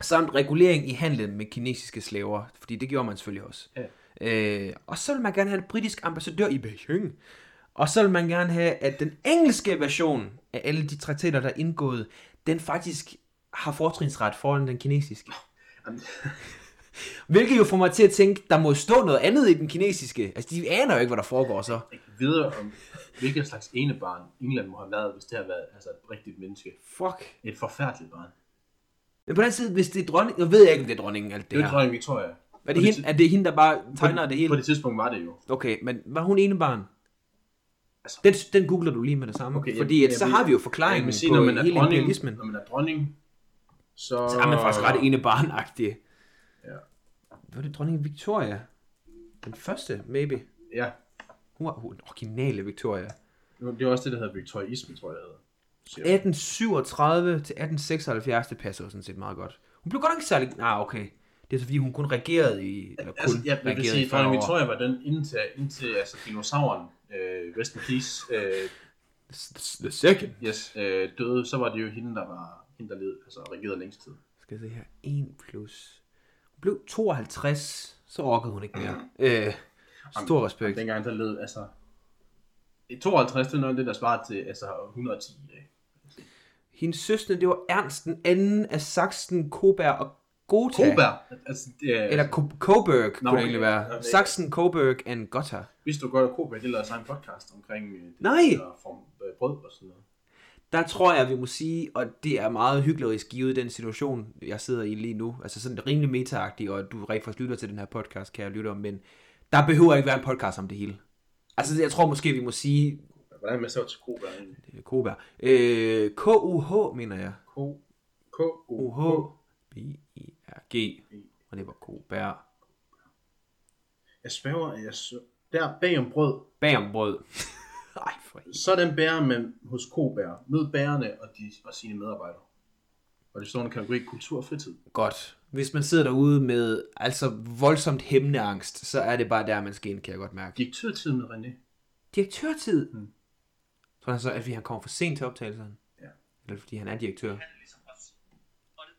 Speaker 1: Samt regulering i handlen med kinesiske slaver, fordi det gjorde man selvfølgelig også.
Speaker 2: Ja.
Speaker 1: Øh, og så vil man gerne have en britisk ambassadør i Beijing. Og så vil man gerne have, at den engelske version af alle de traktater, der er indgået, den faktisk har fortrinsret foran den kinesiske.
Speaker 2: Jamen,
Speaker 1: Hvilket jo får mig til at tænke, der må stå noget andet i den kinesiske. Altså, de aner jo ikke, hvad der foregår så.
Speaker 2: Jeg kan videre om, hvilken slags enebarn England må have været, hvis det har været altså, et rigtigt menneske.
Speaker 1: Fuck.
Speaker 2: Et forfærdeligt barn.
Speaker 1: Men på den anden side, hvis det er dronning... Jeg ved jeg ikke, om det er dronningen, alt
Speaker 2: Det
Speaker 1: det
Speaker 2: er jo
Speaker 1: her.
Speaker 2: dronning Victoria.
Speaker 1: Er det, hende, er det hende, der bare tegner det
Speaker 2: På
Speaker 1: hele?
Speaker 2: det tidspunkt var det jo.
Speaker 1: Okay, men var hun enebarn?
Speaker 2: Altså-
Speaker 1: Den, den googler du lige med det samme.
Speaker 2: Okay, jeg-
Speaker 1: Fordi at,
Speaker 2: jeg
Speaker 1: så
Speaker 2: ved-
Speaker 1: har vi jo
Speaker 2: Jeg
Speaker 1: forklaringen
Speaker 2: vil sige,
Speaker 1: på
Speaker 2: når man er
Speaker 1: hele
Speaker 2: dronning,
Speaker 1: imperialismen.
Speaker 2: når man er dronning, så...
Speaker 1: Så er man faktisk ret enebarnagtig.
Speaker 2: Ja.
Speaker 1: Var det dronning Victoria? Den første, maybe.
Speaker 2: Ja,
Speaker 1: Hun var hun er den originale Victoria.
Speaker 2: Nu, det er også det, der hedder victoriisme, tror jeg, det hedder. Siger jeg.
Speaker 1: 1837 til 1876, det passer jo sådan set meget godt. Hun blev godt nok ikke særlig... Nej, ah, okay. Det er så fordi, hun kun regerede i... Eller kun
Speaker 2: Altså, jeg vil
Speaker 1: regerede
Speaker 2: sige,
Speaker 1: i 40
Speaker 2: dronning
Speaker 1: år.
Speaker 2: Victoria var den indtil, indtil altså, dinosauren, øh, rest in peace, øh,
Speaker 1: The second.
Speaker 2: yes, øh, døde, så var det jo hende, der var hende, der led, altså regerede længst tid.
Speaker 1: Skal jeg se her. 1 plus... Hun blev 52, så orkede hun ikke mere.
Speaker 2: Mm.
Speaker 1: Øh, stor respekt.
Speaker 2: Dengang, der led, altså... i 52, det er noget af det, der svarer til altså, 110 ikke?
Speaker 1: Hendes søstre, det var Ernst den anden af Sachsen, Koberg og Gotha.
Speaker 2: Koberg, altså, det er,
Speaker 1: Eller
Speaker 2: Eller...
Speaker 1: Ko- Coburg kunne det
Speaker 2: okay.
Speaker 1: egentlig
Speaker 2: Nå,
Speaker 1: være.
Speaker 2: det-
Speaker 1: Sachsen, Coburg and Gotha.
Speaker 2: hvis du godt, at Koberg, det lavede sig en podcast omkring øh, det,
Speaker 1: Nej!
Speaker 2: der form, øh, brød og sådan noget.
Speaker 1: Der tror jeg, vi må sige, og det er meget hyggeligt givet i den situation, jeg sidder i lige nu. Altså sådan rimelig metaagtig, og du rent faktisk lytter til den her podcast, kan jeg lytte om, men der behøver ikke være en podcast om det hele. Altså jeg tror måske, vi må sige
Speaker 2: Hvordan er man så til Koberg egentlig?
Speaker 1: øh, Koberg. Øh, K-U-H, mener jeg.
Speaker 2: K, K, O,
Speaker 1: U-H, B-I-R-G. Og det var Koberg.
Speaker 2: Jeg svæver, at jeg så... Der bag om brød,
Speaker 1: Bag om brød. Ej, for helvede.
Speaker 2: sådan bærer man hos Kobær. Mød bærerne og, de, og sine medarbejdere. Og det står under kategori kultur og fritid.
Speaker 1: Godt. Hvis man sidder derude med altså voldsomt hæmneangst, så er det bare der, man skal ind, kan jeg godt mærke.
Speaker 2: Direktørtid med René.
Speaker 1: Direktørtid? Mm. Tror han så, at fordi han kommer for sent til optagelserne?
Speaker 2: Ja.
Speaker 1: Eller fordi han er ligesom direktør?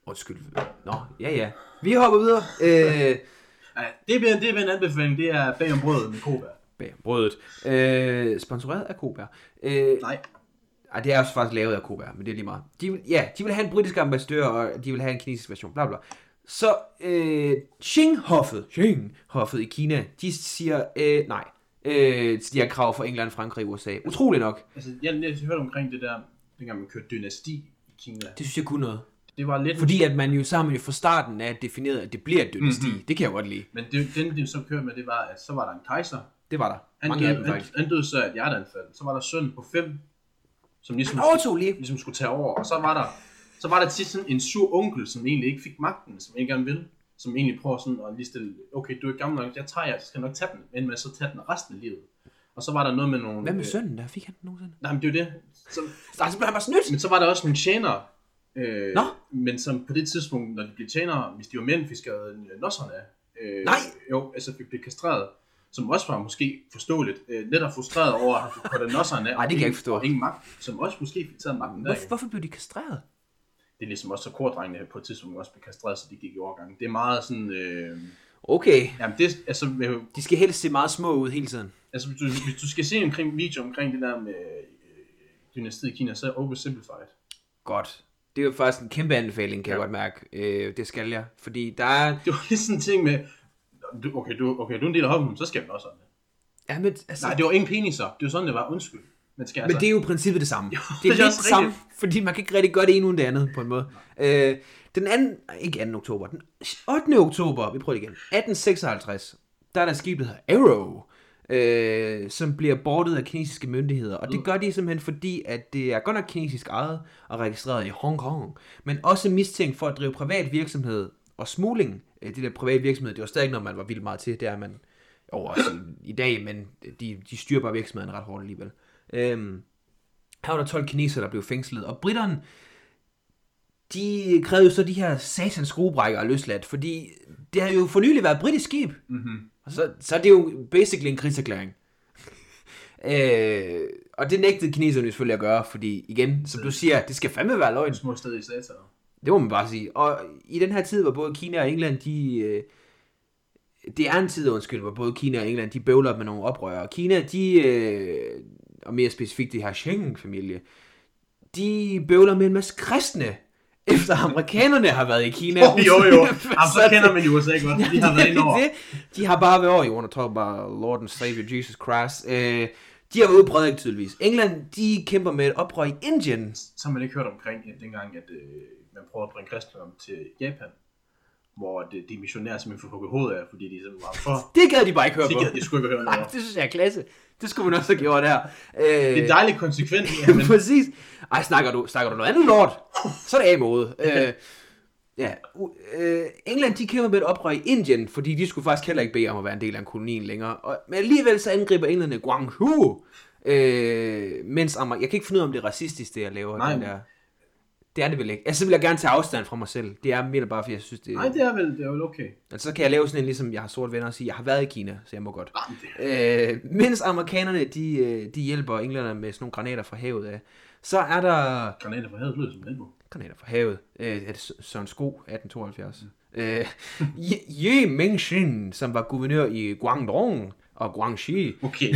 Speaker 1: Undskyld. Nå, ja ja. Vi hopper videre. Øh,
Speaker 2: Ja, det bliver, det bliver en anbefaling, det er bag om brødet med Kobær.
Speaker 1: bag om brødet. Øh, sponsoreret af Koberg. Øh,
Speaker 2: Nej,
Speaker 1: Ej, det er også faktisk lavet af Koberg, men det er lige meget. De vil, ja, de vil have en britisk ambassadør, og de vil have en kinesisk version, bla bla. Så øh, Qinghoffet, Qinghoffet i Kina, de siger øh, nej. Øh, til de her krav fra England, Frankrig og USA. Utroligt nok.
Speaker 2: altså jeg, jeg, jeg hørte omkring det der, dengang man kørte dynasti i Kina.
Speaker 1: Det synes jeg kunne noget.
Speaker 2: Det var lidt...
Speaker 1: Fordi at man jo sammen jo fra starten af defineret, at det bliver et dynasti. Mm-hmm. Det kan jeg godt lide.
Speaker 2: Men det, den, de så kørte med, det var, at så var der en kejser.
Speaker 1: Det var der.
Speaker 2: Han,
Speaker 1: Mange af
Speaker 2: døde,
Speaker 1: dem
Speaker 2: han,
Speaker 1: faktisk.
Speaker 2: han døde så af et hjerteanfald. Så var der søn på fem, som ligesom...
Speaker 1: Han overtog lige.
Speaker 2: ligesom skulle tage over. Og så var der, så var der tit sådan en sur onkel, som egentlig ikke fik magten, som ikke gerne ville. Som egentlig prøver sådan at lige stille, okay, du er ikke gammel nok, jeg tager jer, så skal jeg nok tage den. Men man så tager den resten af livet. Og så var der noget med nogle...
Speaker 1: Hvad med
Speaker 2: øh,
Speaker 1: sønnen der? Fik han den nogensinde?
Speaker 2: Nej, men det er jo det. Så,
Speaker 1: Nej, så blev han bare snydt.
Speaker 2: men så var der også nogle tjenere. Øh,
Speaker 1: Nå.
Speaker 2: Men som på det tidspunkt, når de blev tjenere, hvis de var mænd, fik skrevet øh, nosserne af. Øh,
Speaker 1: Nej.
Speaker 2: Jo, altså fik blev kastreret. Som også var måske forståeligt. Øh, netop frustreret over at have fået kottet nosserne af.
Speaker 1: Ej, det kan jeg ikke forstå.
Speaker 2: og Ingen magt, som også måske fik taget magten der.
Speaker 1: Hvorfor, hvorfor blev de kastreret?
Speaker 2: det er ligesom også så kordrengene på et tidspunkt også blev kastreret, så de gik i overgang. Det er meget sådan, øh,
Speaker 1: Okay.
Speaker 2: jamen det, altså, øh,
Speaker 1: De skal helst se meget små ud hele tiden.
Speaker 2: altså hvis, du, hvis du skal se en video omkring det der med øh, dynastiet i Kina, så er oversimplified.
Speaker 1: Godt. Det er jo faktisk en kæmpe anbefaling, kan ja. jeg godt mærke. Øh, det skal jeg. Fordi der er...
Speaker 2: Det var lidt sådan en ting med, du, okay, du, okay, du er en del af hoppen, så skal man også sådan det.
Speaker 1: Ja, men, altså,
Speaker 2: Nej,
Speaker 1: Nej,
Speaker 2: det var ingen peniser. Det var sådan, det var. Undskyld. Man skal
Speaker 1: men
Speaker 2: altså,
Speaker 1: det er jo i princippet det samme. det
Speaker 2: det
Speaker 1: er
Speaker 2: er
Speaker 1: lidt det
Speaker 2: også
Speaker 1: samme, fordi man kan ikke rigtig gøre det ene uden det andet, på en måde. Øh, den anden... nej, Ikke 2. oktober. Den 8. oktober, vi prøver det igen. 1856, der er der et skib, der hedder Arrow. Øh, som bliver bortet af kinesiske myndigheder. Og
Speaker 2: Mm.
Speaker 1: det gør de simpelthen fordi, at det er godt nok kinesisk ejet og registreret i Hongkong, men også mistænkt for at drive privat virksomhed og smugling. Øh, det der private virksomhed, det var stadig ikke noget, man var vildt meget til. Det er man jo også i- i dag, men de, de styrer bare virksomheden ret hårdt alligevel. Øhm, her var der 12 kinesere, der blev fængslet, og britterne, de krævede så de her satans skruebrækker løsladt, fordi det har jo for nylig været et britisk skib. Mm-hmm. Og så, så er det jo basically en krigserklæring. øh, og det nægtede kineserne jo selvfølgelig at gøre, fordi igen, som du siger, det skal fandme være løgn.
Speaker 2: små sted i satan.
Speaker 1: Det må man bare sige. Og i den her tid, hvor både Kina og England, de... øh, Det er en tid, undskyld, hvor både Kina og England, de bøvler med nogle oprør. Og Kina, de... øh, Og mere specifikt, de her Schengen-familie, de bøvler med en masse kristne efter amerikanerne har været i Kina.
Speaker 2: Jo, jo, jo. Jamen, så
Speaker 1: Så-
Speaker 2: kender man jo USA ikke også. De har været ind over.
Speaker 1: det, de har bare været over, you want to talk about Lord and Savior Jesus Christ. Øh, de har været ude og prædike tydeligvis. England, de kæmper med et oprør i Indien.
Speaker 2: Så har man ikke hørt omkring øh, dengang, at øh, man prøver at bringe kristendom til Japan. Hvor det, de missionærer simpelthen får hugget hovedet af, fordi de simpelthen var for.
Speaker 1: Det gad de bare ikke høre
Speaker 2: Det
Speaker 1: på.
Speaker 2: gad de sgu ikke høre noget
Speaker 1: Nej,
Speaker 2: om.
Speaker 1: det synes jeg er klasse. Det skulle man også have gjort der. Øh,
Speaker 2: Det er dejligt konsekvent, ja, men
Speaker 1: Præcis. Ej, snakker du, snakker du noget andet lort? Så er det af måde. Øh, ja, u- øh, England de kæmper med et oprør i Indien, fordi de skulle faktisk heller ikke bede om at være en del af en kolonien længere. Og, men alligevel så angriber englænderne Guangzhou, øh, mens Amer- jeg kan ikke finde ud af, om det er racistisk, det jeg laver.
Speaker 2: Nej,
Speaker 1: den
Speaker 2: men-
Speaker 1: der. Det er det vel ikke. Altså, så vil jeg gerne tage afstand fra mig selv. Det er mere bare, fordi jeg synes, det
Speaker 2: nej, det er vel, det er vel okay.
Speaker 1: Men så kan jeg lave sådan en, ligesom jeg har sort venner og sige, jeg har været i Kina, så jeg må godt.
Speaker 2: Jamen, det-
Speaker 1: Øh, mens amerikanerne, de, øh, de hjælper englænderne med sådan nogle granater fra havet af, så er der...
Speaker 2: Granater fra havet lyder som helvede.
Speaker 1: Granater fra havet. Øh, er det Sø- Søren Sko, 1872? Øh, Ye- Ye Mingxin, som var guvernør i Guangdong og Guangxi.
Speaker 2: Okay,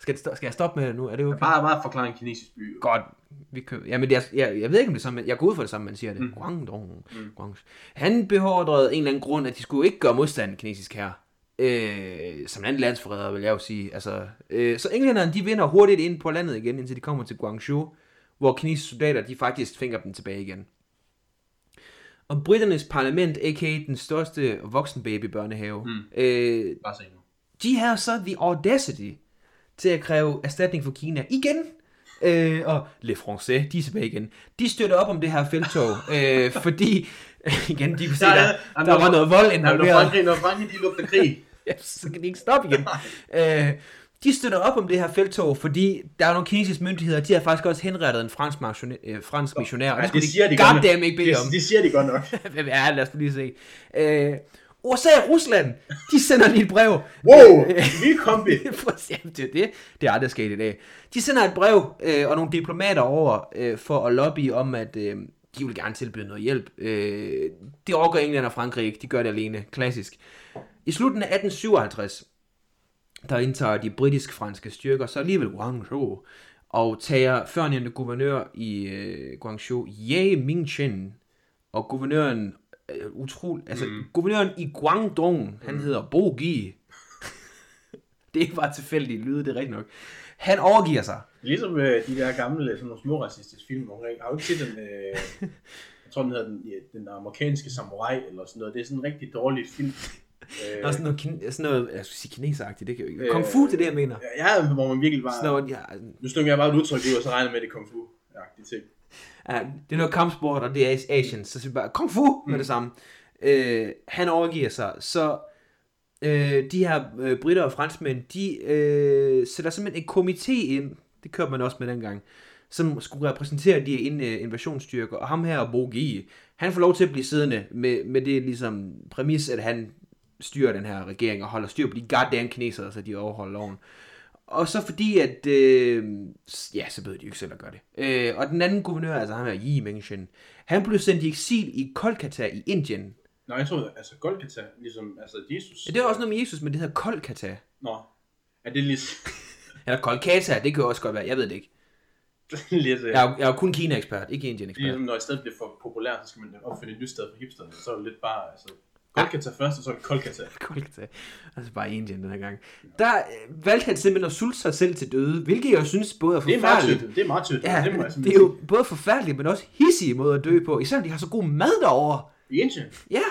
Speaker 1: Skal, det sto- skal jeg stoppe med det nu? Er det okay?
Speaker 2: bare, bare forklare en kinesisk by.
Speaker 1: Godt. Vi køber. Ja, men jeg, jeg, jeg ved ikke, om det er samme. Jeg går ud for det samme, man siger det. Mm. Guangdong. Mm. Guang. Han beordrede en eller anden grund, at de skulle ikke gøre modstand, kinesisk her. Øh, som anden landsforræder, vil jeg jo sige. Altså, øh, så englænderne, de vinder hurtigt ind på landet igen, indtil de kommer til Guangzhou, hvor kinesiske soldater, de faktisk fænger dem tilbage igen. Og briternes parlament, a.k.a. den største voksenbabybørnehave, mm. øh,
Speaker 2: Bare se nu.
Speaker 1: de havde så The Audacity til at kræve erstatning for Kina igen. Øh, og Le Français, de er tilbage igen. De støtter op om det her feltog, øh, fordi, igen, de kunne se,
Speaker 2: Ja, ja.
Speaker 1: der,
Speaker 2: Jamen,
Speaker 1: der
Speaker 2: når-
Speaker 1: var noget vold
Speaker 2: Når
Speaker 1: involveret.
Speaker 2: Frankrig, når Frankrig, de lugter krig.
Speaker 1: Ja, så kan de ikke stoppe igen. Øh, de støtter op om det her feltog, fordi der er nogle kinesiske myndigheder, de har faktisk også henrettet en fransk, martione- øh, fransk missionær, og det skulle de,
Speaker 2: godt nok.
Speaker 1: goddamn ikke bede om.
Speaker 2: Det, det siger de godt nok.
Speaker 1: Hvem er det? Lad os lige se. Øh, USA og Rusland, de sender lige et brev.
Speaker 2: Wow,
Speaker 1: Øh,
Speaker 2: vi kombi.
Speaker 1: Præcis, Jamen, det er det. Det er aldrig sket i dag. De sender et brev øh, og nogle diplomater over øh, for at lobby om, at øh, de vil gerne tilbyde noget hjælp. Øh, det overgår England og Frankrig ikke. De gør det alene. Klassisk. I slutningen af 1857, der indtager de britisk-franske styrker så alligevel Guangzhou og tager førnævnte guvernør i øh, Guangzhou, Ye Mingchen, og guvernøren øh, utrolig, altså mm. guvernøren i Guangdong, han hedder Bo Gi. Det er ikke bare tilfældige lyde, det er rigtigt nok. Han overgiver sig.
Speaker 2: Ligesom øh, de der gamle, sådan nogle små racistiske film omkring. Har du ikke set den, øh, jeg tror den hedder den, ja, den amerikanske samurai, eller sådan noget. Det er sådan en rigtig dårlig film. Øh,
Speaker 1: Der er sådan noget, kin- sådan noget jeg skulle sige kineseragtigt, det kan jo ikke.
Speaker 2: Øh,
Speaker 1: Kung fu, det er det, jeg mener.
Speaker 2: ja, ja, hvor man virkelig bare...
Speaker 1: Sådan noget, ja,
Speaker 2: Nu slynger jeg bare et udtryk ud, og så regner jeg med, at det er kung fu. Ja, det ting.
Speaker 1: ja, det er noget kampsport, og det er Asian, så siger vi bare, kung fu med det samme. Øh, han overgiver sig, så øh, de her øh, britter og franskmænd, de øh, sætter simpelthen en komité ind, det kørte man også med dengang, som skulle repræsentere de her ind, øh, invasionsstyrker, og ham her, Bo G, han får lov til at blive siddende med, med det ligesom præmis, at han styrer den her regering og holder styr på de goddamn kinesere, så de overholder loven. Og så fordi, at øh, s- ja, så ved de jo ikke selv at gøre det. Øh, og den anden guvernør, altså ham her, Yi Mingchen, han blev sendt i eksil i Kolkata i Indien.
Speaker 2: Nå, jeg tror, altså Golgata, ligesom altså Jesus.
Speaker 1: Ja, det er også noget med Jesus, men det hedder Kolkata.
Speaker 2: Nå, er det lige...
Speaker 1: Eller Kolkata, det kan jo også godt være, jeg ved det ikke.
Speaker 2: lidt øh,
Speaker 1: Jeg er, jo- jeg er jo kun Kina-ekspert, ikke Indien-ekspert.
Speaker 2: ligesom, når et sted bliver for populært, så skal man opfinde et nyt sted for hipsterne. Så er det lidt bare, altså... Golgata først, og så Golgata.
Speaker 1: Kolkata. Altså bare Indien den her gang. Der øh, valgte han simpelthen at sulte sig selv til døde, hvilket jeg synes både er
Speaker 2: Det er meget
Speaker 1: forfærdeligt.
Speaker 2: tydeligt. Det er meget tydeligt.
Speaker 1: Ja,
Speaker 2: det må jeg
Speaker 1: det
Speaker 2: simpelthen
Speaker 1: er jo både forfærdeligt, men også hissige måde at dø på. Især når de har så god mad derovre.
Speaker 2: sige. I Indien.
Speaker 1: Ja,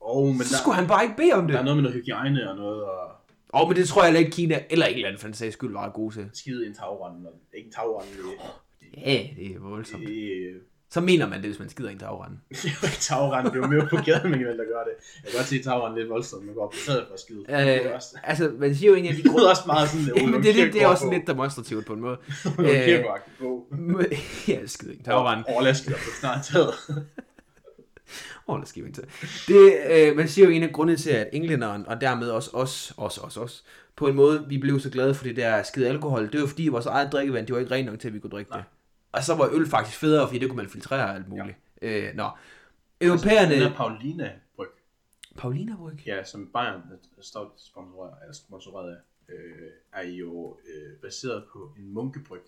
Speaker 2: Åh, oh, men
Speaker 1: så
Speaker 2: der,
Speaker 1: skulle han bare ikke bede om det.
Speaker 2: der er noget med noget hygiejne og noget, og
Speaker 1: Åh, oh, men det tror jeg heller ikke Kina eller England for den sags skyld var gode til.
Speaker 2: skide i en tagrende, og ikke en tagrende i,
Speaker 1: Ja, det er voldsomt.
Speaker 2: i,
Speaker 1: Så mener man det, hvis man skider i en dagrende.
Speaker 2: i tagrende. Det er jo mere på gaden, man kan gøre det. Jeg kan godt se tagrende lidt voldsomt, man går op på taget for at skide. det er
Speaker 1: Øh,
Speaker 2: også,
Speaker 1: altså, man siger jo egentlig, at
Speaker 2: det
Speaker 1: de
Speaker 2: lyder
Speaker 1: grunde...
Speaker 2: også meget sådan,
Speaker 1: Jamen, det, er lidt, det er også lidt demonstrativt på en måde.
Speaker 2: Øh,
Speaker 1: Øh,
Speaker 2: Kirkeagtigt på.
Speaker 1: ja, skider i en dagrende.
Speaker 2: Overlasket på snart taget.
Speaker 1: Åh, det skal vi ikke til. Det, øh, man siger jo en af grundene til, at englænderen, og dermed også os, os, os, os, på en måde, vi blev så glade for det der skide alkohol, det var fordi vores eget drikkevand, det var ikke rent nok til, at vi kunne drikke det. Og så var øl faktisk federe, fordi det kunne man filtrere og alt muligt. Øh, nå.
Speaker 2: Den
Speaker 1: Europæerne...
Speaker 2: her Paulina Bryg,
Speaker 1: Paulina Bryg?
Speaker 2: ja, som Bayern er stolt sponsoreret, er sponsoreret af, øh, er jo øh, baseret på en munkebryg,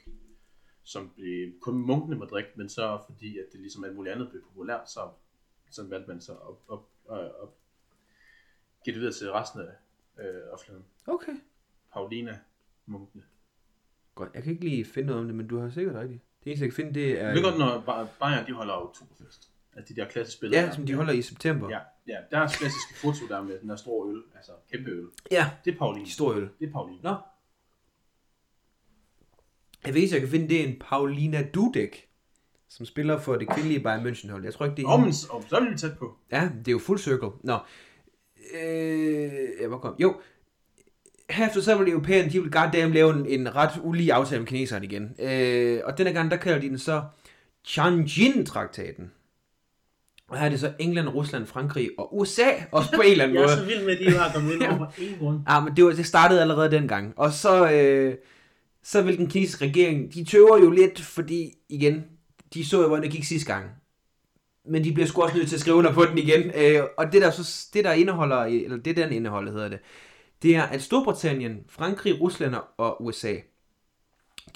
Speaker 2: som blev, kun munkene må drikke, men så fordi, at det ligesom alt muligt andet blev populært, så, så valgte man så at, at, at, at give det videre til resten af øh, offentligheden.
Speaker 1: Okay.
Speaker 2: Paulina munkene.
Speaker 1: Godt. Jeg kan ikke lige finde noget om det, men du har sikkert rigtigt. Det eneste, jeg kan finde, det er...
Speaker 2: Jeg ved godt, når Ba- Bayern, de holder oktoberfest. Altså de der klassespillere.
Speaker 1: Ja, som de holder i september.
Speaker 2: Ja, ja, der er klassiske foto der med den der store øl, altså kæmpe øl.
Speaker 1: ja.
Speaker 2: Det er Pauline.
Speaker 1: De store øl.
Speaker 2: Det er Pauline.
Speaker 1: Nå. Jeg ved ikke, jeg kan finde, det er en Paulina Dudek, som spiller for det kvindelige Bayern München hold. Jeg tror ikke, det er
Speaker 2: Om,
Speaker 1: hende.
Speaker 2: om, så er vi tæt på.
Speaker 1: Ja, det er jo full circle. Nå. Øh, jeg var kom. Jo. Herefter så vil europæerne, de vil goddamn lave en, en ret ulige aftale med kineserne igen. Øh, og denne gang, der kalder de den så Tianjin-traktaten. Og her er det så England, Rusland, Frankrig og USA, også på en eller anden
Speaker 3: Jeg
Speaker 1: måde.
Speaker 3: er så vild med, at de var kommet ind over en grund.
Speaker 1: Ja, men det, var, det startede allerede dengang. Og så, øh, så vil den kinesiske regering, de tøver jo lidt, fordi igen, de så jo, hvordan det gik sidste gang. Men de bliver sgu også nødt til at skrive under på den igen. Øh, og det der, så, det der indeholder, eller det der indeholder hedder det, det er, at Storbritannien, Frankrig, Rusland og USA,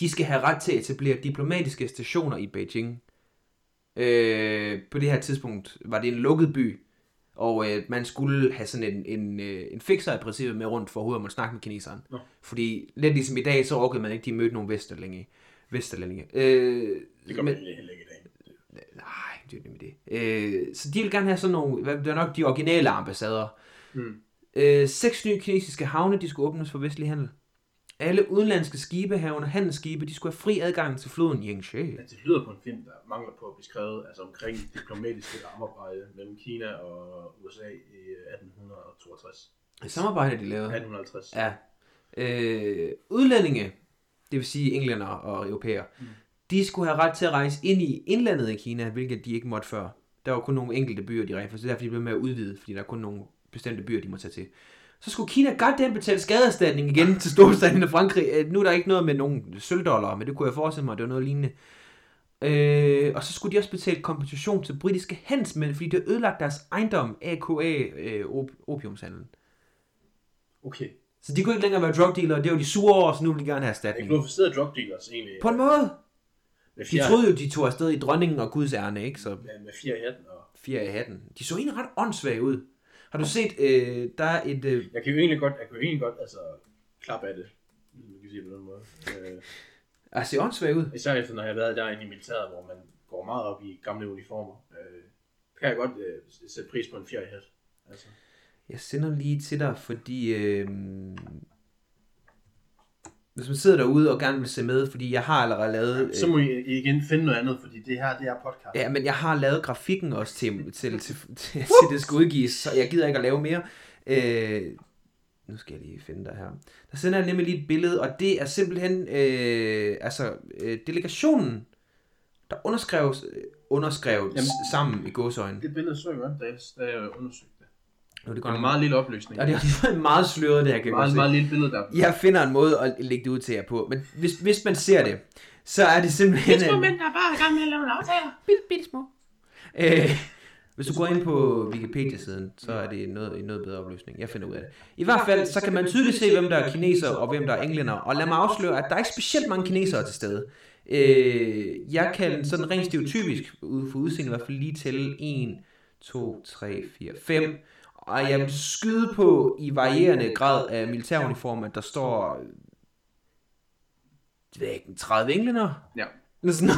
Speaker 1: de skal have ret til at etablere diplomatiske stationer i Beijing. Øh, på det her tidspunkt var det en lukket by, og øh, man skulle have sådan en, en, øh, en fixer i princippet med rundt for overhovedet, at man snakke med kineseren.
Speaker 2: Nå.
Speaker 1: Fordi lidt ligesom i dag, så orkede man ikke, de mødte nogle vesterlændinge. vesterlændinge. Øh,
Speaker 2: Det gør
Speaker 1: men-
Speaker 2: man egentlig heller ikke i dag.
Speaker 1: Nej, det er jo nemlig det. Øh, så de vil gerne have sådan nogle, hvad, det er nok de originale ambassader.
Speaker 2: Mm.
Speaker 1: Øh, seks nye kinesiske havne, de skulle åbnes for vestlig handel. Alle udenlandske skibe, herunder handelsskibe, de skulle have fri adgang til floden Yangtze.
Speaker 2: Men det lyder på en film, der mangler på at blive skrevet, altså omkring det diplomatiske arbejde mellem Kina og USA i øh, 1862.
Speaker 1: Et samarbejde, de lavede.
Speaker 2: 1850. Ja.
Speaker 1: Ja. Øh, udlændinge, det vil sige englænder og europæer, mm. de skulle have ret til at rejse ind i indlandet i Kina, hvilket de ikke måtte før. Der var kun nogle enkelte byer, de rejste, så det er derfor de blev med at udvide, fordi der er kun nogle bestemte byer, de må tage til. Så skulle Kina goddamn betale skadeerstatning igen til Storbritannien og Frankrig. Øh, nu er der ikke noget med nogen sølvdollar, men det kunne jeg forestille mig, at det var noget lignende. Øh, og så skulle de også betale kompensation til britiske handelsmænd, fordi det havde ødelagt deres ejendom, AKA øh, op- opiumshandlen.
Speaker 2: Okay.
Speaker 1: Så de kunne ikke længere være drug dealer, det var de sure over, så nu ville de gerne have
Speaker 2: Jeg
Speaker 1: erstatning.
Speaker 2: glorificerede drug dealers egentlig
Speaker 1: På en måde.
Speaker 2: med
Speaker 1: De
Speaker 2: fjer,
Speaker 1: troede jo, de tog afsted i dronningen og Guds ærne, ikke? Så
Speaker 2: med, med fire i hatten. Og...
Speaker 1: fire i hatten. De så egentlig ret åndssvage ud. Har du set, øh, der er et... Øh,
Speaker 2: Jeg kan jo egentlig godt, jeg kan jo egentlig godt altså, klappe af det. hvis Man kan sige det på den måde. Øh,
Speaker 1: jeg ser ah, åndssvage ud.
Speaker 2: især efter, når jeg har været der i militæret, hvor man går meget op i gamle uniformer. Øh, kan jeg godt øh, sætte pris på en fjer i hat. Altså.
Speaker 1: Jeg sender lige til dig, fordi... Øh, hvis man sidder derude og gerne vil se med, fordi jeg har allerede lavet...
Speaker 2: Så må I I igen finde noget andet, fordi det her, det er podcast.
Speaker 1: Ja, men jeg har lavet grafikken også til, til, til, til, til det skal udgives, så jeg gider ikke at lave mere. Øh, nu skal jeg lige finde dig her. Der sender jeg nemlig lige et billede, og det er simpelthen øh, altså øh, delegationen, der underskrev, underskrev Jamen, sammen i gåsøjne.
Speaker 2: Det billede så jeg godt, da jeg, da jeg undersøgte det.
Speaker 1: Nu er det
Speaker 2: Det var
Speaker 1: godt meget,
Speaker 2: en meget lille opløsning.
Speaker 1: og det er meget sløret, det her, kan jeg godt
Speaker 2: meget,
Speaker 1: se.
Speaker 2: meget lille billede der. Ja.
Speaker 1: Jeg finder en måde at lægge det ud til jer på, men hvis, hvis man ser det, så er det simpelthen...
Speaker 3: Jeg tror, mænd der er bare i gang med at lave en aftale.
Speaker 1: Øh, hvis du går ind på Wikipedia-siden, så er det noget, en noget bedre opløsning. Jeg finder ud af det. I hvert fald, så kan man tydeligt se, hvem der er kineser og hvem der er englænder. Og lad mig afsløre, at der er ikke specielt mange kinesere til stede. Øh, jeg kan sådan rent stereotypisk, ud for udseende i hvert fald lige tælle 1, 2, 3, 4, 5. Og jeg vil skyde på i varierende grad af militæruniform, at der står øh, det ved jeg ikke, 30 englænder,
Speaker 2: ja.
Speaker 1: eller sådan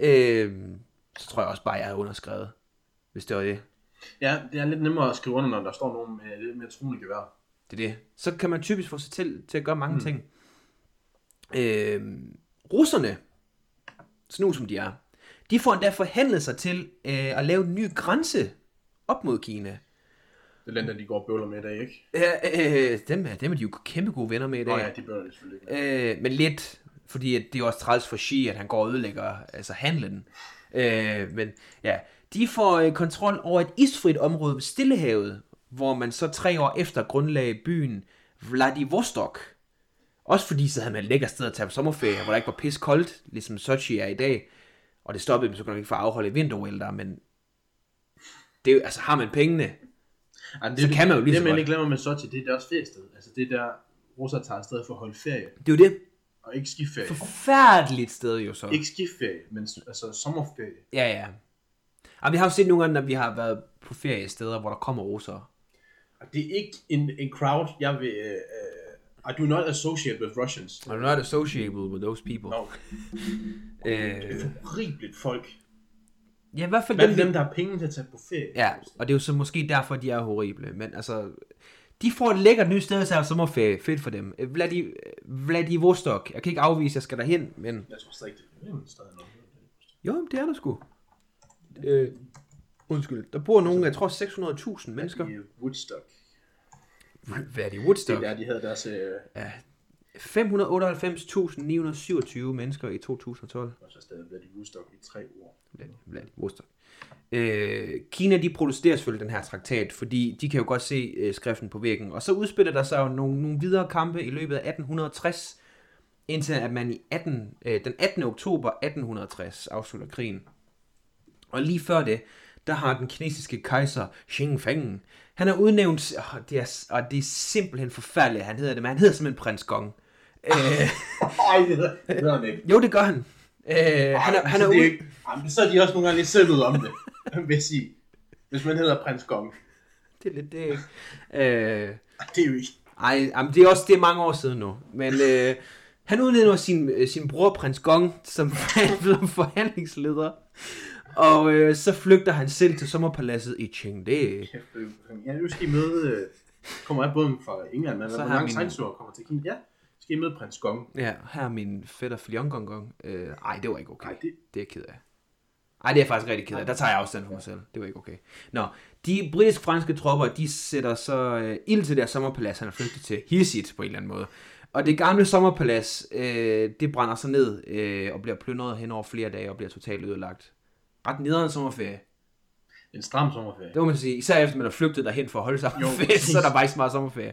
Speaker 1: noget. øhm, så tror jeg også bare, jeg havde underskrevet. Hvis det var det.
Speaker 2: ja, det er lidt nemmere at skrive under, når der står nogen med lidt mere truende gevær.
Speaker 1: Det er det. Så kan man typisk få sig til, til at gøre mange mm. ting. Øhm, russerne, snu som de er, de får endda forhandlet sig til øh, at lave en ny grænse op mod Kina.
Speaker 2: Det er den, der de går og bøvler med i dag, ikke?
Speaker 1: Øh, øh, dem, er, dem er de jo kæmpe gode venner med i dag.
Speaker 2: Nå ja, de bøvler det selvfølgelig ikke.
Speaker 1: Øh, men lidt, fordi at det er også træls for Xi, at han går og ødelægger altså handlen. Øh, men ja, de får øh, kontrol over et isfrit område ved Stillehavet, hvor man så tre år efter grundlagde byen Vladivostok. Også fordi så havde man et lækkert sted at tage på sommerferie, hvor der ikke var pis koldt, ligesom Sochi er i dag. Og det stoppede dem, så kunne de ikke få afholdt vinter der, men det er jo, altså har man pengene,
Speaker 2: Ej, det,
Speaker 1: så kan man jo lige
Speaker 2: det,
Speaker 1: så
Speaker 2: man
Speaker 1: godt.
Speaker 2: ikke glemmer med Sochi, det er deres feriested. Altså det er der, russer tager afsted for at holde ferie.
Speaker 1: Det er jo det.
Speaker 2: og ikke skiferie.
Speaker 1: Forfærdeligt sted jo så.
Speaker 2: Ikke skiferie, men s- altså sommerferie.
Speaker 1: Ja, ja. Jamen, vi har jo set nogle gange, når vi har været på ferie steder, hvor der kommer roser.
Speaker 2: Og det er ikke en, en crowd, jeg vil... Uh, uh, I do not associate with Russians.
Speaker 1: Og du er associated with those people.
Speaker 2: No, det er
Speaker 1: Øh,
Speaker 2: forgribeligt folk.
Speaker 1: ja, i hvert fald
Speaker 2: Hvad
Speaker 1: dem,
Speaker 2: er dem,
Speaker 1: dem,
Speaker 2: der har penge til at tage på ferie?
Speaker 1: Ja, og det er jo så måske derfor, de er horrible. Men altså, de får et lækkert nyt sted til sommerferie. Fedt for dem. Øh, Vladi, Vladivostok. Jeg kan ikke afvise, jeg skal derhen, men...
Speaker 2: Jeg tror stadig, det er problemet stadig nok.
Speaker 1: Jo, men det er der sgu. Øh, undskyld. Der bor nogen, jeg tror 600.000 mennesker.
Speaker 2: I øh, Woodstock. Det
Speaker 1: Vladivostok.
Speaker 2: er der, de havde deres... Øh,
Speaker 1: 598.927 mennesker i 2012.
Speaker 2: og så stadig blevet i Woodstock i tre år.
Speaker 1: Vlad- Vladivostok. Øh, Kina, de protesterer selvfølgelig den her traktat, fordi de kan jo godt se øh, skriften på væggen. Og så udspiller der sig jo nogle, nogle videre kampe i løbet af 1860, indtil at man i 18, øh, den 18. oktober 1860 afslutter krigen. Og lige før det, der har den kinesiske kejser Xing Feng, han er udnævnt, og det er, og det er simpelthen forfærdeligt, at han hedder det, men han hedder simpelthen prins Gong. Øh,
Speaker 2: Ej, det hedder- det hedder han ikke.
Speaker 1: jo, det gør han. Øh, han er, han
Speaker 2: så,
Speaker 1: er
Speaker 2: altså, det
Speaker 1: ude-
Speaker 2: er ikke, jamen, så er de også nogle gange lidt sødt om det, vil jeg sige. Hvis man hedder prins Gong.
Speaker 1: Det er lidt det, ikke? Øh,
Speaker 2: Det er jo ikke...
Speaker 1: ej, jamen, det er også det er mange år siden nu. Men øh, han udnævner sin, øh, sin bror, prins Gong, som blev forhandlingsleder. Og øh, så flygter han selv til sommerpaladset i Chengde.
Speaker 2: Kæft, øh, ja, nu skal I møde... Øh, kommer jeg både fra England, men
Speaker 1: Så
Speaker 2: hvor
Speaker 1: har
Speaker 2: mange
Speaker 1: min-
Speaker 2: sejlsur kommer til Kina? Ja, skal I møde prins Gong.
Speaker 1: Ja, her er min fætter Filion Gong Gong. Øh, ej, det var ikke okay.
Speaker 2: Ej,
Speaker 1: Ej,
Speaker 2: det-
Speaker 1: det... det er jeg ked af. Ej, det er jeg faktisk rigtig ked af. Der tager jeg afstand for mig selv. Det var ikke okay. Nå, de britisk-franske tropper, de sætter så øh, ild til deres sommerpalads, han er flygtet til. Hissigt på en eller anden måde. Og det gamle sommerpalads, øh, det brænder så ned øh, og bliver plyndret hen over flere dage og bliver totalt ødelagt. Ret nederen sommerferie.
Speaker 2: En stram sommerferie.
Speaker 1: Det må man sige. Især efter man er flygtet derhen for at holde sig
Speaker 2: Jo, præcis.
Speaker 1: så er der bare ikke så meget sommerferie.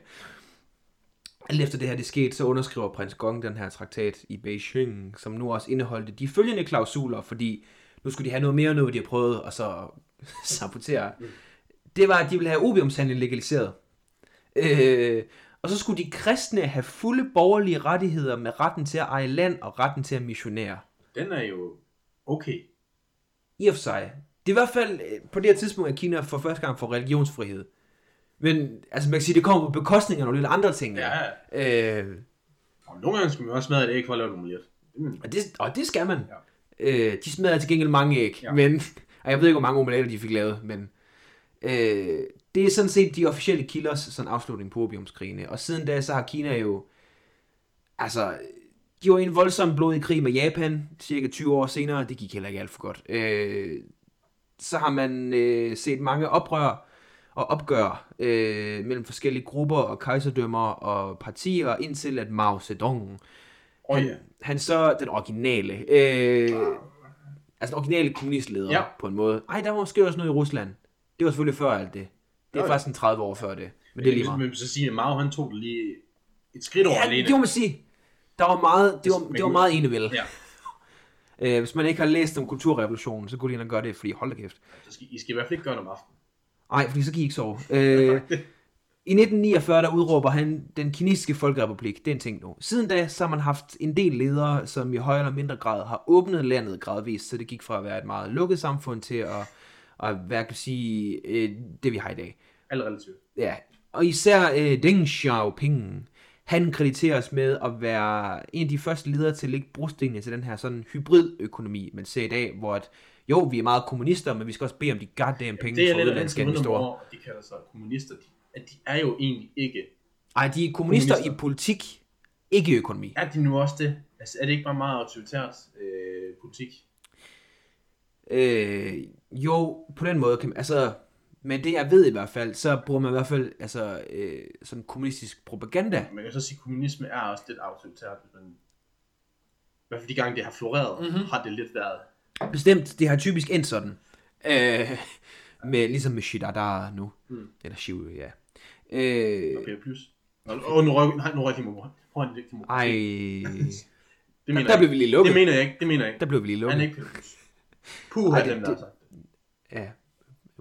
Speaker 1: Alt efter det her det skete, så underskriver prins Gong den her traktat i Beijing, som nu også indeholdte de følgende klausuler, fordi nu skulle de have noget mere end noget, de har prøvet, og så sabotere. Det var, at de ville have opiumshandlen legaliseret. Øh, og så skulle de kristne have fulde borgerlige rettigheder med retten til at eje land og retten til at missionere
Speaker 2: Den er jo okay.
Speaker 1: i og for sig. Det er i hvert fald øh, på det her tidspunkt, at Kina for første gang får religionsfrihed. Men altså, man kan sige, det kommer på bekostning af nogle lidt andre ting.
Speaker 2: Ja, ja.
Speaker 1: Øh,
Speaker 2: Og nogle gange skal man også smadre et æg for at lave nogle lidt.
Speaker 1: og, det, og det skal man. Ja. Øh, de smadrer til gengæld mange æg.
Speaker 2: Ja.
Speaker 1: Ja. Men, og jeg ved ikke, hvor mange omeletter de fik lavet, men øh, det er sådan set de officielle kilders sådan afslutning på opiumskrigene. Og siden da, så har Kina jo... Altså, de var i en voldsom blodig krig med Japan, cirka 20 år senere. Det gik heller ikke alt for godt. Øh, så har man øh, set mange oprør og opgør øh, mellem forskellige grupper og kejserdømmer og partier, indtil at Mao Zedong
Speaker 2: Åh oh, ja. Ah.
Speaker 1: han så den originale, øh, altså den originale kommunistleder
Speaker 2: Ja.
Speaker 1: ja. på en måde. Ej, der var måske også noget i Rusland. Det var selvfølgelig før alt det. Det
Speaker 2: Jo,
Speaker 1: er
Speaker 2: jo.
Speaker 1: faktisk en 30 år før det. Men det er lige meget.
Speaker 2: Ligesom Man kan så sige, at Mao han tog det lige et skridt over
Speaker 1: Ja,
Speaker 2: alene.
Speaker 1: det må man sige. Der var meget, det var, det var meget enevæld.
Speaker 2: Ja.
Speaker 1: Øh, hvis man ikke har læst om kulturrevolutionen, så gå lige ind og gøre det, fordi hold da kæft.
Speaker 2: Så skal, I skal i hvert fald ikke gøre noget om aftenen.
Speaker 1: Nej, fordi så kan I ikke sove. Øh, I 1949, der udråber han den kinesiske folkerepublik. Det er en ting nu. Siden da, så har man haft en del ledere, som i højere eller mindre grad har åbnet landet gradvist, så det gik fra at være et meget lukket samfund til at, at hvad kan jeg sige, øh, det vi har i dag.
Speaker 2: Alt relativt.
Speaker 1: Ja, og især øh, Deng Xiaoping, han krediteres med at være en af de første ledere til at lægge brostenene til den her sådan hybridøkonomi, man ser i dag, hvor at, jo, vi er meget kommunister, men vi skal også bede om de goddamn penge
Speaker 2: det
Speaker 1: fra
Speaker 2: er lidt andet
Speaker 1: udenlandske
Speaker 2: grunde
Speaker 1: investorer.
Speaker 2: over, at de kalder sig kommunister. De, at de er jo egentlig ikke.
Speaker 1: Ej, de er kommunister,
Speaker 2: Kommunister.
Speaker 1: kommunister. i politik, ikke i økonomi.
Speaker 2: Er de nu også det? Altså, er det ikke bare meget autoritært øh, politik?
Speaker 1: Øh, jo, på den måde kan man, altså, men det jeg ved i hvert fald, så bruger man i hvert fald altså, øh, sådan kommunistisk propaganda.
Speaker 2: Man kan så sige, at kommunisme er også lidt autoritært, men i hvert fald de gange, det har floreret, mm-hmm. har det lidt været.
Speaker 1: Bestemt, det har typisk endt sådan. Øh, med, ligesom med Shidadara nu.
Speaker 2: Mm.
Speaker 1: Mm. Eller Shivu, ja. Øh, okay.
Speaker 2: Okay, plus. Åh, oh, nu røg, nej, nu røg de mig. Prøv at lægge dem.
Speaker 1: Ej,
Speaker 2: det mener
Speaker 1: der
Speaker 2: jeg
Speaker 1: blev
Speaker 2: ikke.
Speaker 1: vi lige
Speaker 2: Det
Speaker 1: lukket.
Speaker 2: mener jeg ikke, det mener jeg ikke.
Speaker 1: Der blev vi lige
Speaker 2: Han altså.
Speaker 1: lukket.
Speaker 2: er ikke Peter Plus. Puh,
Speaker 1: Ej,
Speaker 2: det,
Speaker 1: det-
Speaker 2: dem, der har
Speaker 1: det-
Speaker 2: sagt det.
Speaker 1: Ja.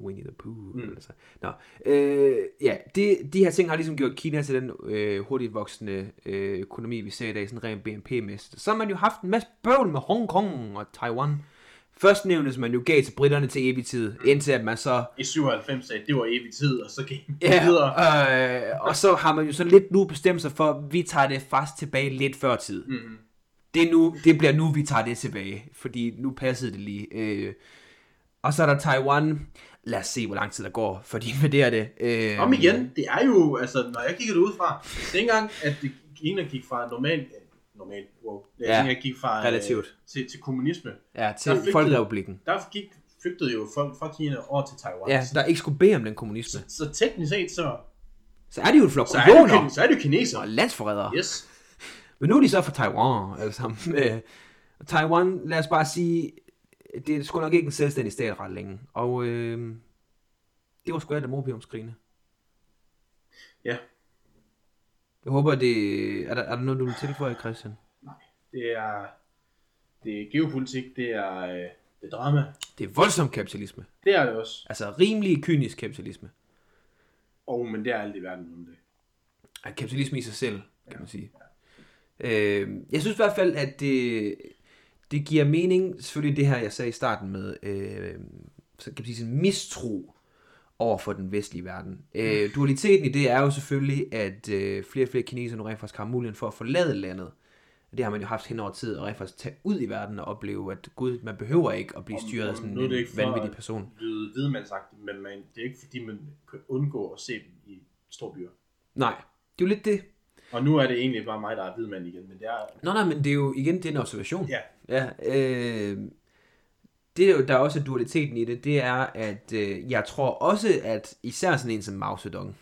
Speaker 1: Winnie the Pooh.
Speaker 2: Mm.
Speaker 1: Mm. Altså. Nå, øh, ja, de, de her ting har ligesom gjort Kina til den øh, hurtigt voksende øh, økonomi, vi ser i dag, sådan rent BNP-mæssigt. Så har man jo haft en masse bøvl med Hongkong og Taiwan. Først nævnes man jo gav til britterne til evig tid, indtil at man så
Speaker 2: I 97 sagde, det var evig tid, og så gik man videre.
Speaker 1: Ja, øh, og så har man jo sådan lidt nu bestemt sig for, at vi tager det fast tilbage lidt før tid.
Speaker 2: Mhm.
Speaker 1: Det, er nu, det bliver nu, vi tager det tilbage, fordi nu passede det lige. Øh, og så er der Taiwan. Lad os se, hvor lang tid der går, for de invaderer det. Øh,
Speaker 2: Om igen, det er jo, altså, når jeg kigger det udefra, det er ikke engang, at det- Kina gik fra normal, eh, normal, wow, jeg
Speaker 1: Ja,
Speaker 2: tænker, jeg gik fra, øh,
Speaker 1: relativt.
Speaker 2: til, til kommunisme,
Speaker 1: Ja,
Speaker 2: Der
Speaker 1: til
Speaker 2: flygtede-
Speaker 1: Folkerepublikken.
Speaker 2: der gik, flygtede jo folk fra Kina over til Taiwan.
Speaker 1: Ja,
Speaker 2: så,
Speaker 1: der er ikke skulle bede om den kommunisme.
Speaker 2: så teknisk set, så,
Speaker 1: Så er de jo en flok
Speaker 2: så, er det, jo kin-
Speaker 1: kujoner
Speaker 2: så er det jo kineser.
Speaker 1: og landsforrædere.
Speaker 2: Yes.
Speaker 1: Men nu er de så fra Taiwan, alle sammen. Øh, Taiwan, lad os bare sige, det er sgu nok ikke en selvstændig stat ret længe. Og øh, det var sgu alt om opiumskrigene.
Speaker 2: Ja,
Speaker 1: Jeg håber, det... Er der, er der noget, du vil tilføje, Christian?
Speaker 2: det er, det er geopolitik, det er, øh, det er drama.
Speaker 1: Det er voldsom kapitalisme.
Speaker 2: Det er det også.
Speaker 1: Altså rimelig kynisk kapitalisme.
Speaker 2: Og, men det er alt i verden om det.
Speaker 1: Ja, kapitalisme i sig selv, kan man sige. Øh, jeg synes i hvert fald, at det, det giver mening, selvfølgelig det her, jeg sagde i starten med, øh, så kan man sige, sådan mistro over for den vestlige verden. Øh, dualiteten i det er jo selvfølgelig, at øh, flere og flere kinesere nu rent faktisk har muligheden for at forlade landet. Det har man jo haft hen over tid, og rent faktisk tage ud i verden og opleve, at gud, man behøver ikke at blive
Speaker 2: Om-
Speaker 1: styret
Speaker 2: om
Speaker 1: af sådan
Speaker 2: nu er
Speaker 1: en
Speaker 2: det ikke for
Speaker 1: vanvittig
Speaker 2: at-
Speaker 1: person.
Speaker 2: lyde hvidmandsagtigt, men man, det er ikke fordi, man kan undgå at se dem i store byer.
Speaker 1: Nej, det er jo lidt det.
Speaker 2: Og nu er det egentlig bare mig, der er hvidmand igen, men det er...
Speaker 1: Nå nej, men det er jo igen, det er en observation.
Speaker 2: Ja,
Speaker 1: Ja, øh, det er jo, der er også dualiteten i det, det er, at øh, jeg tror også, at især sådan en som Mao Zedong,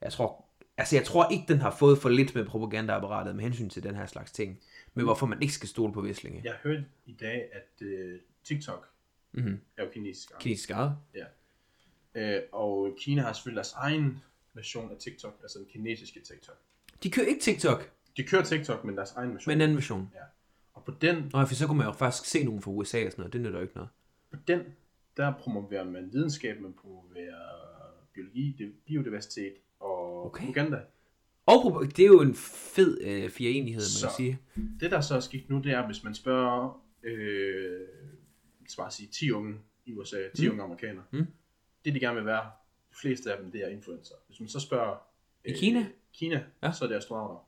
Speaker 1: jeg tror, altså jeg tror ikke, den har fået for lidt med propagandaapparatet med hensyn til den her slags ting, men hvorfor man ikke skal stole på Vestlinge. Ja.
Speaker 2: jeg hørte i dag, at øh, TikTok
Speaker 1: Mm-hmm.
Speaker 2: er jo kinesisk.
Speaker 1: Kinesisk eget.
Speaker 2: Øh, og Kina har selvfølgelig deres egen version af TikTok, altså den kinesiske TikTok.
Speaker 1: De kører ikke TikTok,
Speaker 2: De kører TikTok, men deres egen
Speaker 1: men
Speaker 2: version.
Speaker 1: øh, en anden version.
Speaker 2: Og på den,
Speaker 1: Nå, for så kunne man jo faktisk se nogen fra USA og sådan noget, det nytter jo ikke noget.
Speaker 2: på den, der promoverer man videnskab, man promoverer biologi, det- biodiversitet og
Speaker 1: Okay.
Speaker 2: propaganda.
Speaker 1: Og propa- det er jo en fed øh, fireenighed, man
Speaker 2: Så.
Speaker 1: kan sige.
Speaker 2: Det, der så er sket nu, det er, hvis man spørger, øh, lad os bare sige, 10 unge i USA, 10 mm. unge amerikanere,
Speaker 1: Mm.
Speaker 2: det de gerne vil være, de fleste af dem, det er influencer. Hvis man så spørger... øh,
Speaker 1: I Kina?
Speaker 2: Kina, ja.
Speaker 1: Ja.
Speaker 2: så er det astronauter.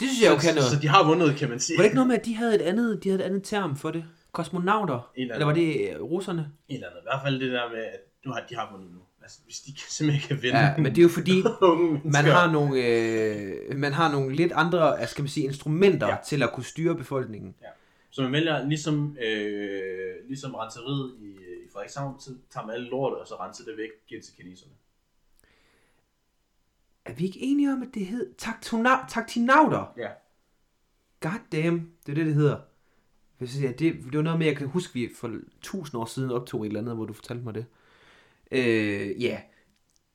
Speaker 1: Det synes jeg jo kan
Speaker 2: så,
Speaker 1: noget.
Speaker 2: så, de har vundet, kan man sige.
Speaker 1: Var det ikke noget med, at de havde et andet, de havde et andet term for det? Kosmonauter?
Speaker 2: En eller
Speaker 1: Eller,
Speaker 2: anden.
Speaker 1: eller var det øh, russerne?
Speaker 2: Et eller andet. I hvert fald det der med, at nu har, de har vundet nu. Altså, hvis de kan, simpelthen kan vinde.
Speaker 1: Ja, men det er jo fordi,
Speaker 2: unge
Speaker 1: man har nogle, øh, man har nogle lidt andre, altså, skal man sige, instrumenter
Speaker 2: Ja.
Speaker 1: ja. til at kunne styre befolkningen.
Speaker 2: Så man vælger, ligesom, øh, ligesom renseriet i, i Frederikshavn, så tager man alle lortet, og så renser det væk, giver det til kineserne.
Speaker 1: Er vi ikke enige om, at det hed taktona- taktinauter?
Speaker 2: Ja.
Speaker 1: God damn, det er det, det hedder. Hvis jeg, det, det var noget med, jeg kan huske, vi for tusind år siden optog et eller andet, hvor du fortalte mig det. Øh, ja.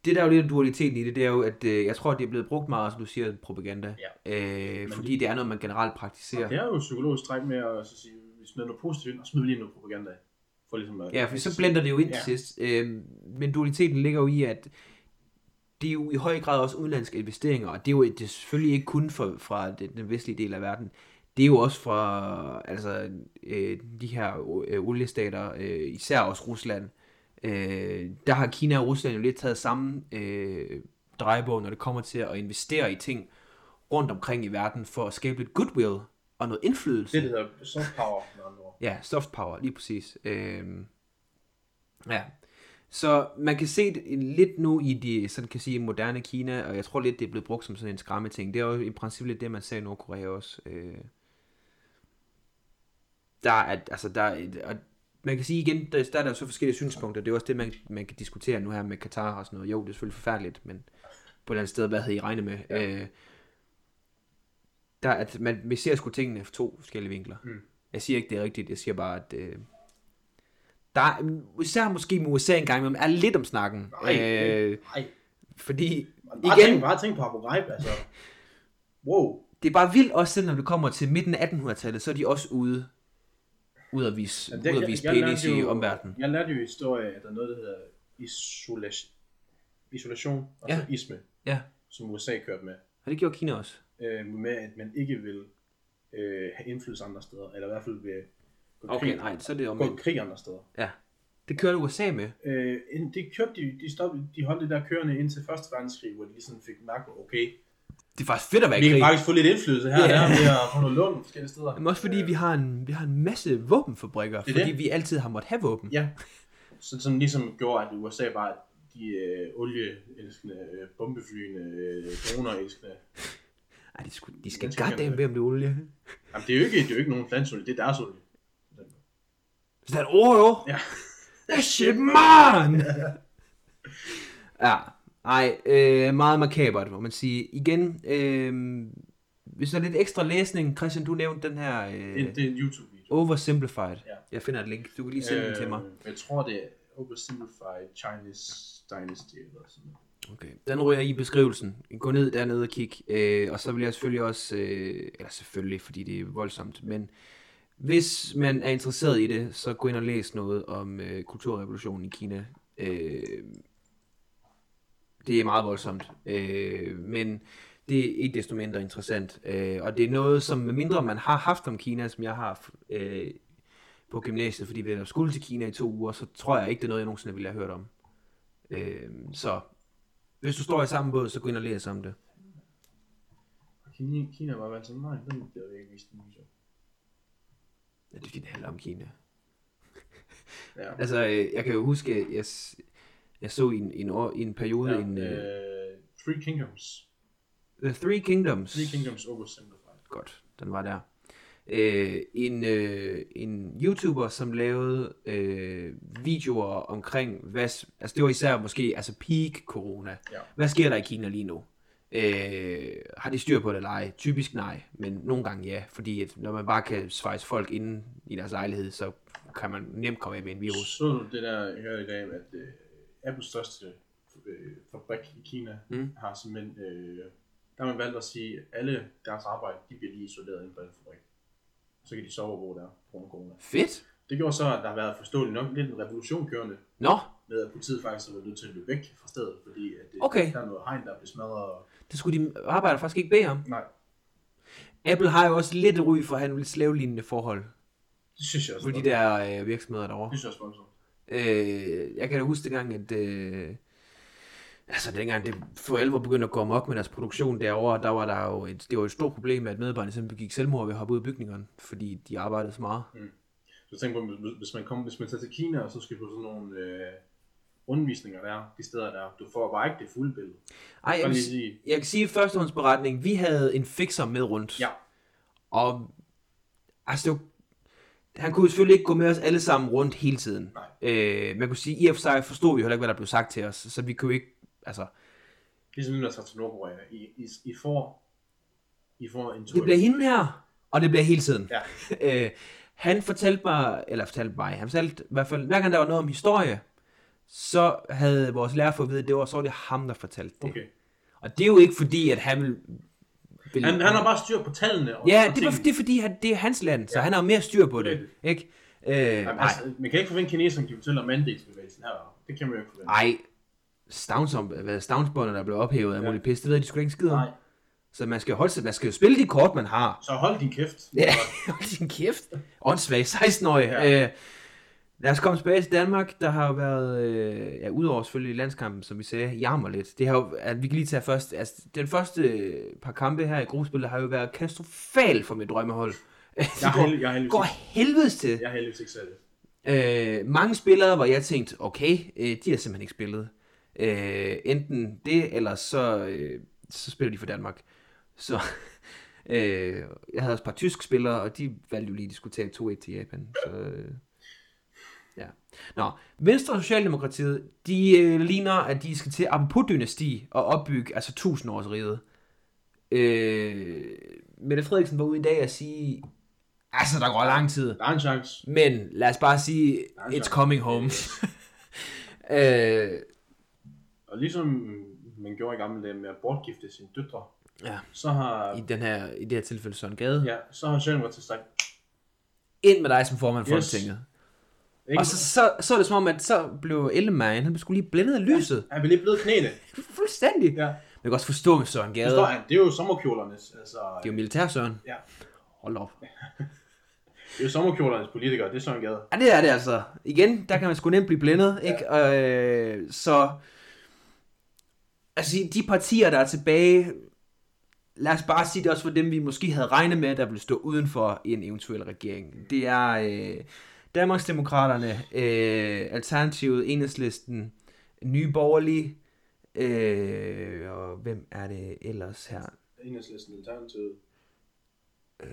Speaker 1: Det der er jo lidt af dualiteten i det, det er jo, at øh, jeg tror, det er blevet brugt meget, som du siger, propaganda. Ja. Øh, fordi det er noget, man generelt praktiserer.
Speaker 2: Og det er jo et psykologisk træk med at så sige, vi smider noget positivt ind, og smider lige noget propaganda af. For ligesom at,
Speaker 1: Ja, for så blænder det jo ind ja. til sidst. Øhm, men dualiteten ligger jo i, at det er jo i høj grad også udenlandske investeringer, og det er jo det er selvfølgelig ikke kun fra, fra den, den vestlige del af verden. Det er jo også fra altså, øh, de her øh, oliestater, øh, især også Rusland. Øh, der har Kina og Rusland jo lidt taget samme øh, drejebog, når det kommer til at investere i ting rundt omkring i verden for at skabe lidt goodwill og noget indflydelse.
Speaker 2: Det, der hedder soft power, med andre ord.
Speaker 1: Ja, soft power, lige præcis. Øhm, ja. Så man kan se det lidt nu i de sådan kan sige, moderne Kina, og jeg tror lidt, det er blevet brugt som sådan en skræmmeting. Det er jo i princippet lidt det, man ser i Nordkorea også. Øh, der er, altså der er, et- og man kan sige igen, der, der er der jo så forskellige synspunkter. Det er jo også det, man, man kan diskutere nu her med Katar og sådan noget. Jo, det er selvfølgelig forfærdeligt, men på et eller andet sted, hvad havde I regnet med? Ja. Øh, der, er- at man, vi ser sgu tingene fra to forskellige vinkler.
Speaker 2: Mm.
Speaker 1: Jeg siger ikke, det er rigtigt. Jeg siger bare, at øh, der er, især måske med USA en gang imellem, er lidt om snakken.
Speaker 2: Nej,
Speaker 1: øh,
Speaker 2: nej.
Speaker 1: fordi,
Speaker 2: Bare,
Speaker 1: igen,
Speaker 2: tænk, bare tænk på Abu Ghraib, altså. Wow.
Speaker 1: det er bare vildt også, selv når du kommer til midten af 1800-tallet, så er de også ude. ud at vise,
Speaker 2: Ja,
Speaker 1: ja,
Speaker 2: det-
Speaker 1: ud at
Speaker 2: jeg-
Speaker 1: vise
Speaker 2: jeg
Speaker 1: penis
Speaker 2: lærte
Speaker 1: i
Speaker 2: jo-
Speaker 1: omverdenen.
Speaker 2: Jeg lærte jo i historie, at der er noget, der hedder isolation, isolation og
Speaker 1: Ja.
Speaker 2: ja. isme,
Speaker 1: Ja,
Speaker 2: som USA kørte med.
Speaker 1: og det gjorde Kina også.
Speaker 2: Øh, med at man ikke vil øh, have indflydelse andre steder, eller i hvert fald vil gå i
Speaker 1: Okay,
Speaker 2: krig,
Speaker 1: nej, så er det
Speaker 2: gå i
Speaker 1: omvendt.
Speaker 2: krig andre steder.
Speaker 1: Ja. Det kørte USA med.
Speaker 2: Øh, ind- det kørte de, de, stoppede, de holdt det der kørende indtil Første Verdenskrig, hvor de ligesom fik mærke, okay,
Speaker 1: Det er faktisk fedt at være
Speaker 2: vi
Speaker 1: i
Speaker 2: kan
Speaker 1: krig.
Speaker 2: faktisk få lidt indflydelse her og
Speaker 1: Ja.
Speaker 2: der, ved at få noget lån forskellige steder.
Speaker 1: Men også fordi vi har en, vi har en masse våbenfabrikker,
Speaker 2: Det er
Speaker 1: fordi
Speaker 2: det.
Speaker 1: vi altid har måttet have våben.
Speaker 2: Øh, Ja, så, som ligesom gjorde, at USA var de øh, olieelskende, øh, bombeflyende, øh, dronerelskende.
Speaker 1: Ej, de, skulle, de skal
Speaker 2: Jeg tror, jeg
Speaker 1: goddamn
Speaker 2: ved.
Speaker 1: ved, om det er olie.
Speaker 2: Jamen, det er jo ikke, det er jo ikke nogen landsolie, det er deres olie.
Speaker 1: Så der er oh, jo.
Speaker 2: Ja.
Speaker 1: That shit, man! ja, ej, øh, meget makabert, må man sige. Igen, øh, hvis der er lidt ekstra læsning, Christian, du nævnte den her
Speaker 2: Det,
Speaker 1: øh,
Speaker 2: det er en YouTube-video.
Speaker 1: Oversimplified.
Speaker 2: Ja.
Speaker 1: Jeg finder et link, du kan lige sende øh, den til mig.
Speaker 2: jeg tror, det er Oversimplified Chinese Dynasty eller sådan noget.
Speaker 1: Okay. Den ryger i beskrivelsen. Gå ned dernede og kig. Øh, og så vil jeg selvfølgelig også, øh, eller selvfølgelig, fordi det er voldsomt, men hvis man er interesseret i det, så gå ind og læs noget om øh, kulturrevolutionen i Kina. Øh, det er meget voldsomt, øh, men det er ikke desto mindre interessant. Øh, og det er noget, som mindre man har haft om Kina, som jeg har haft øh, på gymnasiet, fordi vi netop skulle til Kina i to uger, så tror jeg ikke, det er noget, jeg nogensinde ville have hørt om. Øh, så hvis du står i samme båd, så gå ind og læs om det.
Speaker 2: Og Kina, Kina var valgt sådan, nej, den bliver vi ikke vist i en video.
Speaker 1: Ja, det er fordi, det handler om Kina.
Speaker 2: Ja.
Speaker 1: Altså, øh, jeg kan jo huske, at jeg, s- jeg så i en, i en, år, i en periode ja, en... Øh,
Speaker 2: øh, Three Kingdoms.
Speaker 1: The Three Kingdoms.
Speaker 2: Three Kingdoms Oversimplified.
Speaker 1: Godt, den var der. Øh, en, øh, en YouTuber, som lavede øh, videoer omkring, hvad, s- altså det var især måske altså peak corona.
Speaker 2: Ja.
Speaker 1: Hvad sker der i Kina lige nu? Øh, har de styr på det eller ej? Typisk nej, men nogle gange ja, fordi at når man bare kan svejse folk inde i deres lejlighed, så kan man nemt komme af med en virus.
Speaker 2: Så du det der, jeg hørte i dag, at øh, Apples største øh, fabrik i Kina
Speaker 1: Mm.
Speaker 2: mm. har simpelthen, øh, der har man valgt at sige, at alle deres arbejde, de bliver lige isoleret inde på den fabrik. Så kan de sove, hvor der er på grund af corona.
Speaker 1: Fedt!
Speaker 2: Det gjorde så, at der har været forståeligt nok lidt en revolution kørende,
Speaker 1: Nå,
Speaker 2: med at politiet faktisk har været nødt til at løbe væk fra stedet, fordi at det,
Speaker 1: Okay.
Speaker 2: der er noget hegn, der bliver smadret. Og...
Speaker 1: det skulle de arbejder faktisk ikke bede om.
Speaker 2: Nej,
Speaker 1: Apple har jo også lidt ry for at have slavelignende forhold
Speaker 2: det synes jeg også
Speaker 1: for
Speaker 2: var-
Speaker 1: de der øh, virksomheder derovre.
Speaker 2: Det synes jeg også var voldsomt.
Speaker 1: Øh, jeg kan da huske dengang, at... Øh, altså dengang det for alvor begyndte at gå amok med deres produktion derovre, der var der jo et, det var et stort problem, at medarbejderne simpelthen begik selvmord ved at hoppe ud af bygningerne, fordi de arbejdede så meget.
Speaker 2: Så tænk på, hvis- hvis man, kommer, hvis man tager til Kina, og så skal på sådan nogle øh, rundvisninger der, de steder der, du får bare ikke det fulde billede.
Speaker 1: Ej, jeg,
Speaker 2: Bare
Speaker 1: vil,
Speaker 2: lige sige.
Speaker 1: jeg kan sige i førstehåndsberetning, vi havde en fixer med rundt,
Speaker 2: Ja,
Speaker 1: og altså det var, han kunne selvfølgelig ikke gå med os alle sammen rundt hele tiden.
Speaker 2: Nej.
Speaker 1: Øh, man kunne sige, i og for sig forstod vi heller ikke, hvad der blev sagt til os, så vi kunne jo ikke, altså,
Speaker 2: ligesom når jeg tager til Nordkorea. I, I, I, får, I får en tur.
Speaker 1: det bliver hende her, og det bliver hele tiden.
Speaker 2: Ja,
Speaker 1: øh, han fortalte mig, eller fortalte mig, han fortalte i hvert fald, hver gang der var noget om historie, så havde vores lærer fået at vide, at det var, så var det ham, der fortalte det.
Speaker 2: okay.
Speaker 1: Og det er jo ikke fordi, at han vil... vil
Speaker 2: Han, han har bare styr på tallene. Og,
Speaker 1: Ja,
Speaker 2: og
Speaker 1: det, var,
Speaker 2: tingene.
Speaker 1: det er fordi, han, det er hans land, så han har mere styr på det,
Speaker 2: Det
Speaker 1: ikke? Øh,
Speaker 2: Jamen,
Speaker 1: nej,
Speaker 2: altså, man kan ikke forvente, at kineserne kan fortælle om andelsbevægelsen her. Det kan man jo ikke forvente.
Speaker 1: nej. Stavns, om- hvad, stavnsbåndet, der blev ophævet af ja.
Speaker 2: Ja.
Speaker 1: mulig pis, det ved de sgu da ikke en skid om.
Speaker 2: Nej.
Speaker 1: Så man skal, holde sig, man skal jo spille de kort, man har.
Speaker 2: Så hold din kæft.
Speaker 1: Ja, hold din kæft. Åndssvag, 16-årig. Ja. Øh, lad os komme tilbage til Danmark. Der har jo været, øh, ja, udover selvfølgelig landskampen, som vi sagde, jammer lidt. Det har jo, at vi kan lige tage først, altså, den første øh, par kampe her i gruppespillet har jo været katastrofal for mit drømmehold.
Speaker 2: Jeg har hel- jeg
Speaker 1: går,
Speaker 2: har heldigvis
Speaker 1: går helvedes til.
Speaker 2: Jeg har heldigvis ikke selv det.
Speaker 1: Øh, mange spillere, hvor jeg tænkte, okay, øh, de har simpelthen ikke spillet. Øh, enten det, eller så, øh, så spiller de for Danmark. Så øh, jeg havde også et par tyske spillere, og de valgte jo lige, at de skulle tage 2-1 til Japan. Så, øh, ja. Nå, Venstre og Socialdemokratiet, de øh, ligner, at de skal til apropos dynasti og opbygge altså tusindårsriget. Øh, Mette Frederiksen var ude i dag og sige, altså der går lang tid.
Speaker 2: Der er en chance.
Speaker 1: Men lad os bare sige,
Speaker 2: tak.
Speaker 1: it's coming home. øh,
Speaker 2: Og ligesom man gjorde i gamle dage med at bortgifte sine døtre,
Speaker 1: ja,
Speaker 2: så har,
Speaker 1: i, den her, I det her tilfælde Søren Gade. Ja.
Speaker 2: ja, så har Sjøen til sagt,
Speaker 1: ind med dig som formand for
Speaker 2: Yes.
Speaker 1: Folketinget. Og så, så, så er det som om, at så blev Ellemann, han skulle lige blændet af lyset.
Speaker 2: Han vil lige bløde knæene.
Speaker 1: Fuldstændig.
Speaker 2: Ja.
Speaker 1: Man kan også forstå med Søren Gade.
Speaker 2: Forstår
Speaker 1: Det
Speaker 2: han? Det er jo sommerkjolernes, altså...
Speaker 1: er jo militærsøren.
Speaker 2: Ja.
Speaker 1: Hold op.
Speaker 2: Det er jo sommerkjolernes politikere, det er Søren Gade.
Speaker 1: Ja, det er det altså. Igen, der kan man sgu nemt blive blændet, ikke? Øh, så... Altså, de partier, der er tilbage... Lad os bare sige det også for dem, vi måske havde regnet med, der ville stå uden for en eventuel regering. Det er øh, Danmarksdemokraterne, øh, Alternativet, Enhedslisten, Nye Borgerlige, øh, og hvem er det ellers her?
Speaker 2: Enhedslisten Alternativet.
Speaker 1: Øh,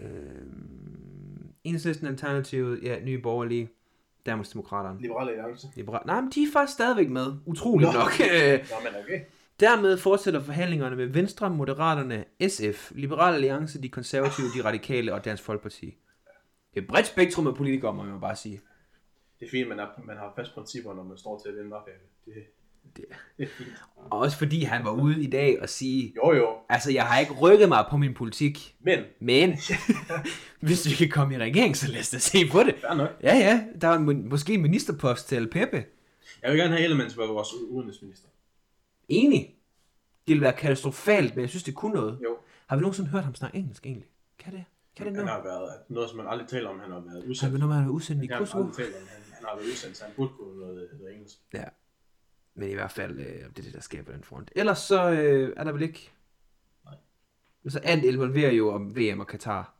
Speaker 1: Enhedslisten, Alternativet, ja, Nye Borgerlige, Danmarksdemokraterne.
Speaker 2: Liberale Alliance.
Speaker 1: Liberal. Nej, men de er faktisk stadigvæk med. Utroligt
Speaker 2: Nå.
Speaker 1: nok. Øh,
Speaker 2: Nå, men okay.
Speaker 1: Dermed fortsætter forhandlingerne med Venstre, Moderaterne, SF, Liberal Alliance, De Konservative, De Radikale og Dansk Folkeparti. Et bredt spektrum af politikere, må man bare sige.
Speaker 2: Det er fint, man, er, man har fast principper, når man står til at vinde mafia. Det,
Speaker 1: Det-
Speaker 2: det er fint.
Speaker 1: Og også fordi han var ude i dag og sige,
Speaker 2: Jo, jo.
Speaker 1: altså jeg har ikke rykket mig på min politik,
Speaker 2: Men,
Speaker 1: men hvis vi kan komme i regering, så lad os da se på det.
Speaker 2: fair nok.
Speaker 1: Ja, ja, der er en- måske en ministerpost til El Pepe.
Speaker 2: Jeg vil gerne have Ellemann som vores u- udenrigsminister.
Speaker 1: Enig. Det ville være katastrofalt, men jeg synes, det kunne noget.
Speaker 2: Jo.
Speaker 1: Har vi nogensinde hørt ham snakke engelsk egentlig? Kan det? Kan det
Speaker 2: Han
Speaker 1: noget?
Speaker 2: har været noget, som man aldrig taler om, han har været
Speaker 1: Han
Speaker 2: udsendt.
Speaker 1: vil når man er udsendt i
Speaker 2: Han har
Speaker 1: Kosovo.
Speaker 2: aldrig talt om, han, han har været udsendt, så han burde kunne noget, øh, noget engelsk.
Speaker 1: Ja. Men i hvert fald, øh, det er det, der sker på den front. Ellers så øh, er der vel ikke... Nej. Så alt involverer jo om VM og Katar.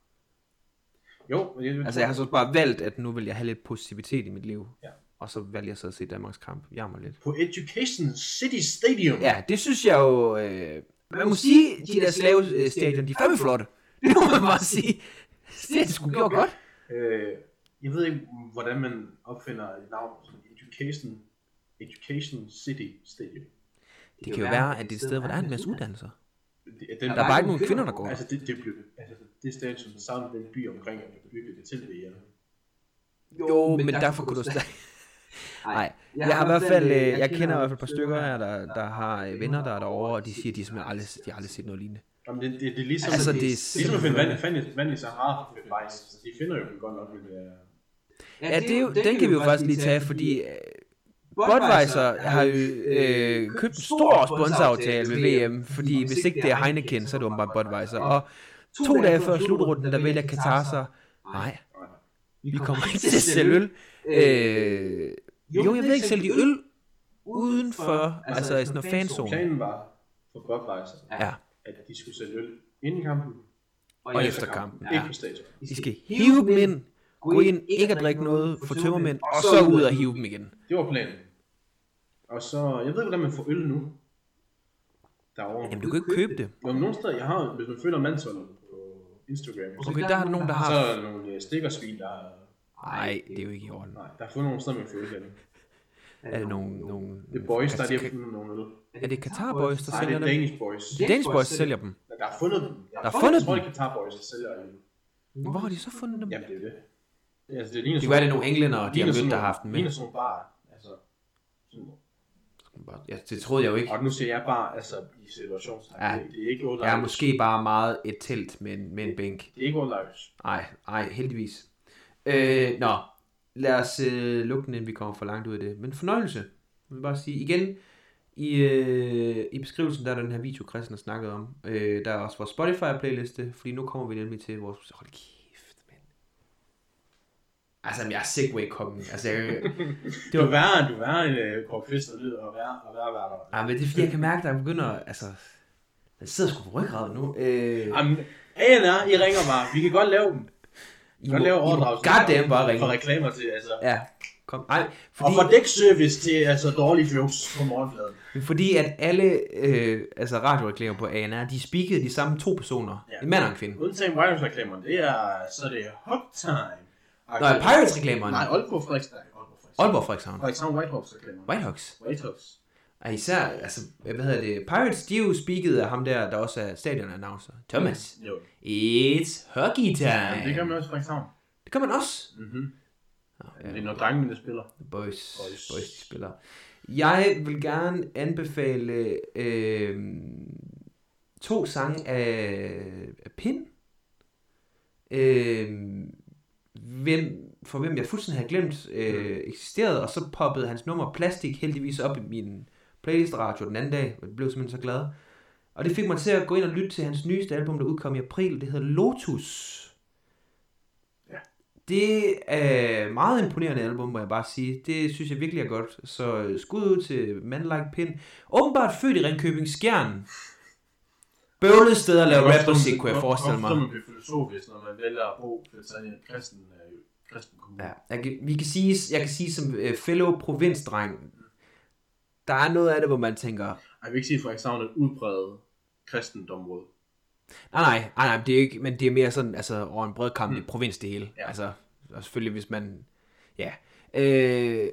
Speaker 2: Jo, men det,
Speaker 1: Altså jeg har så bare valgt, at nu vil jeg have lidt positivitet i mit liv.
Speaker 2: Ja.
Speaker 1: Og så vælger jeg så at se Danmarks kamp. Jammer lidt.
Speaker 2: på Education City Stadium.
Speaker 1: Ja, det synes jeg jo... Øh, man må sige, de der slavestadion, de er fandme flotte. Det må man bare sige. Det er sgu gjort godt.
Speaker 2: Øh, jeg ved ikke, hvordan man opfinder et navn som Education, Education City Stadium.
Speaker 1: Det kan jo være, at det er et sted, hvor der er en masse uddannelser.
Speaker 2: Det, den,
Speaker 1: Der er bare ikke nogen kvinder, der går der.
Speaker 2: Altså det, det blev altså det stadion, som sammen med den by omkring, at blev bygget det til VM.
Speaker 1: Jo, men derfor kunne du stadig... Nej, jeg, har i hvert fald, øh, jeg kender i hvert fald et par stykker her, der, der har øh, venner, der er derovre, og de siger, de simpelthen aldrig, de har aldrig set noget lignende.
Speaker 2: Jamen det, det, det er ligesom,
Speaker 1: Altså,
Speaker 2: altså,
Speaker 1: det
Speaker 2: det,
Speaker 1: er
Speaker 2: det, ligesom at finde vand, vand, vand i Sahara med vejs. Så de finder jo den godt nok, men det er...
Speaker 1: Ja, det er jo, den kan vi jo faktisk lige tage, fordi øh, Budweiser har jo øh, købt en stor sponsoraftale med VM, fordi hvis ikke det er Heineken, så er det åbenbart Budweiser. Og to dage før slutrunden, der vælger Katar så, nej, vi kommer ikke til at sælge øl. Øh, jo, jeg ved ikke, sælge de øl uden for, altså i sådan noget fanzone.
Speaker 2: Planen var for Budweiser,
Speaker 1: Ja,
Speaker 2: at de skulle sælge øl inden kampen,
Speaker 1: og efter kampen.
Speaker 2: ikke på stadion.
Speaker 1: I skal hive dem ind, gå ind, ikke at drikke noget, få tømmermænd, og så ud og hive dem igen.
Speaker 2: Det var planen. Og så, jeg ved ikke, hvordan man får øl nu. Derovre.
Speaker 1: Jamen, du kan ikke købe det.
Speaker 2: Jamen, nogle steder, jeg har, hvis man følger mandsholdet på Instagram, så,
Speaker 1: Okay, der er nogen, der
Speaker 2: så
Speaker 1: har...
Speaker 2: er der nogle øh, stikkersvin, der,
Speaker 1: Nej, det er jo ikke i orden. Øh,
Speaker 2: nej, der har fundet nogle steder, man får øl henne.
Speaker 1: Er det nogle... nogle
Speaker 2: Det er boys, der er de har
Speaker 1: Ka-
Speaker 2: fundet nogle øl.
Speaker 1: Er det Qatar Boys, der
Speaker 2: Nej, det
Speaker 1: sælger
Speaker 2: er
Speaker 1: dem?
Speaker 2: Danish boys.
Speaker 1: Danish Boys sælger dem.
Speaker 2: Der har fundet dem.
Speaker 1: Der har fundet
Speaker 2: Jeg tror,
Speaker 1: dem?
Speaker 2: det er Qatar boys, der sælger øl.
Speaker 1: Hvor har de så fundet dem?
Speaker 2: Jamen, det er det. Altså, det, ligner
Speaker 1: kan
Speaker 2: sådan-
Speaker 1: være, det er nogle englændere, de har
Speaker 2: ligner
Speaker 1: mødt,
Speaker 2: sådan
Speaker 1: der har
Speaker 2: nogle-
Speaker 1: haft dem med.
Speaker 2: Ligner sådan nogle bar, altså. sådan-
Speaker 1: Ja, det troede jeg jo ikke.
Speaker 2: Og nu ser jeg bare, altså, i situationstegn.
Speaker 1: Ja.
Speaker 2: Det, det er ikke old
Speaker 1: Jeg er
Speaker 2: Irish.
Speaker 1: måske bare meget et telt med en, med en bænk.
Speaker 2: Det er ikke old Irish.
Speaker 1: Nej, nej, heldigvis. Øh, nå, lad os øh, lukke den, inden vi kommer for langt ud af det. Men fornøjelse, jeg vil bare sige. Igen, i, øh, i beskrivelsen, der er den her video, Christian har snakket om. Øh, der er også vores Spotify-playliste, fordi nu kommer vi nemlig til vores... Hold kæft, mand. Altså, jeg er segway-kongen. Altså, jeg,
Speaker 2: Det var værre, end du var en øh, Kåre Kvist, der lyder og værre og værre værre.
Speaker 1: ah, men det er fordi, jeg kan mærke, at jeg begynder... Altså, jeg sidder sgu på ryggraden nu. Øh,
Speaker 2: Jamen, A&R, I ringer bare. Vi kan godt lave dem. Vi
Speaker 1: I
Speaker 2: kan godt lave overdragelsen.
Speaker 1: goddamn bare ringe.
Speaker 2: For reklamer til, altså.
Speaker 1: Ja, kom. Nej,
Speaker 2: Fordi... Og for dækservice til, altså, dårlige jokes på morgenfladen.
Speaker 1: Fordi at alle øh, altså radioreklamer på ANR, de speakede de samme to personer. Ja.
Speaker 2: Ja.
Speaker 1: En mand og en kvinde.
Speaker 2: Undtagen Wireless-reklamerne, det er, så er det hot time.
Speaker 1: Nå, er Pirates-reklamerne?
Speaker 2: Nej, Aalborg Frederiks. Nej, Aalborg Frederiks.
Speaker 1: Aalborg for eksempel.
Speaker 2: Frederikshavn Whitehawks-reklamerne.
Speaker 1: Whitehawks.
Speaker 2: Whitehawks.
Speaker 1: Og især, altså, hvad hedder det? Pirates, de er jo speakede af ham der, der også er stadionannouncer. Thomas.
Speaker 2: Jo.
Speaker 1: It's hockey time.
Speaker 2: Jamen, det gør man også i Frederikshavn.
Speaker 1: det gør man også.
Speaker 2: Mhm.
Speaker 1: ja.
Speaker 2: Det er når drengene der spiller.
Speaker 1: Boys.
Speaker 2: Boys.
Speaker 1: Boys, de spiller. Jeg vil gerne anbefale øh, to sange af, af Pin. Øh, hvem, for hvem jeg fuldstændig havde glemt øh, eksisterede, og så poppede hans nummer Plastik heldigvis op i min playlist-radio den anden dag, og jeg blev simpelthen så glad. Og det fik mig til at gå ind og lytte til hans nyeste album, der udkom i april. Det hedder Lotus. Det er et meget imponerende album, må jeg bare sige. Det synes jeg virkelig er godt. Så øh, skud ud til Man Like Pin. Åbenbart født i Ringkøbing Skjern. Bøvlet sted at lave rapmusik, kunne jeg forestille mig.
Speaker 2: Ofte man filosofisk, når man vælger at bo til sådan en kristen, øh, kristen kommune.
Speaker 1: Ja, jeg kan, vi kan sige, jeg kan sige som øh, fellow provinsdreng, der er noget af det, hvor man tænker,
Speaker 2: Jeg vil ikke sige, at Frederikshavn er et udbredt kristendområde.
Speaker 1: nej, Ah, nej, nej, nej det er ikke, men det er mere sådan, altså over en bred kamp, mm. det er provins det hele. Ja.
Speaker 2: Ja.
Speaker 1: Altså, og selvfølgelig hvis man, ja. Øh,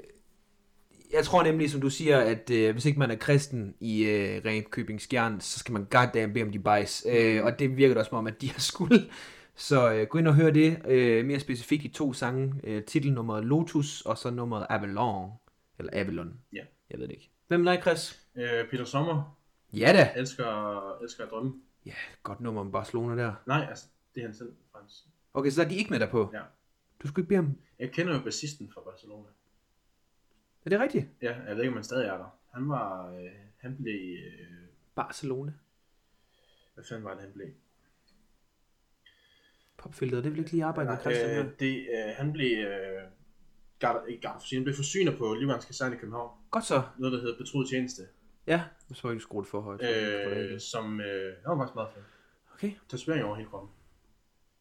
Speaker 1: jeg tror nemlig, som du siger, at øh, hvis ikke man er kristen i øh, Ringkøbing Skjern, så skal man goddamn bede om de bajs. Øh, og det virker da også som om, at de har skulle. Så øh, gå ind og hør det øh, mere specifikt i to sange. Øh, titelnummeret Lotus, og så nummeret Avalon. Eller Avalon.
Speaker 2: Ja.
Speaker 1: Jeg ved det ikke. Hvem er dig, Chris?
Speaker 2: Øh, Peter Sommer
Speaker 1: Ja da.
Speaker 2: elsker, elsker at drømme.
Speaker 1: Ja, godt nummer om Barcelona der.
Speaker 2: Nej, altså, det er han selv, faktisk.
Speaker 1: Okay, så der er de ikke med dig på.
Speaker 2: Ja.
Speaker 1: Du skulle ikke bede om...
Speaker 2: Jeg kender jo bassisten fra Barcelona.
Speaker 1: Er det rigtigt?
Speaker 2: Ja, jeg ved ikke, om han stadig er der. Han var, øh, han blev, øh,
Speaker 1: Barcelona.
Speaker 2: hvad fanden var det, han blev?
Speaker 1: Popfilteret, det vil ikke lige arbejde med Christian her.
Speaker 2: Øh, det, øh, han blev, øh, Gard, ikke Gard, han blev forsyner på Livans Kaserne i København.
Speaker 1: Godt så.
Speaker 2: Noget, der hedder Betroet Tjeneste.
Speaker 1: Ja, så var ikke skruet for højt.
Speaker 2: Øh, som, øh, han var faktisk meget fed.
Speaker 1: Okay.
Speaker 2: Tatovering over hele kroppen.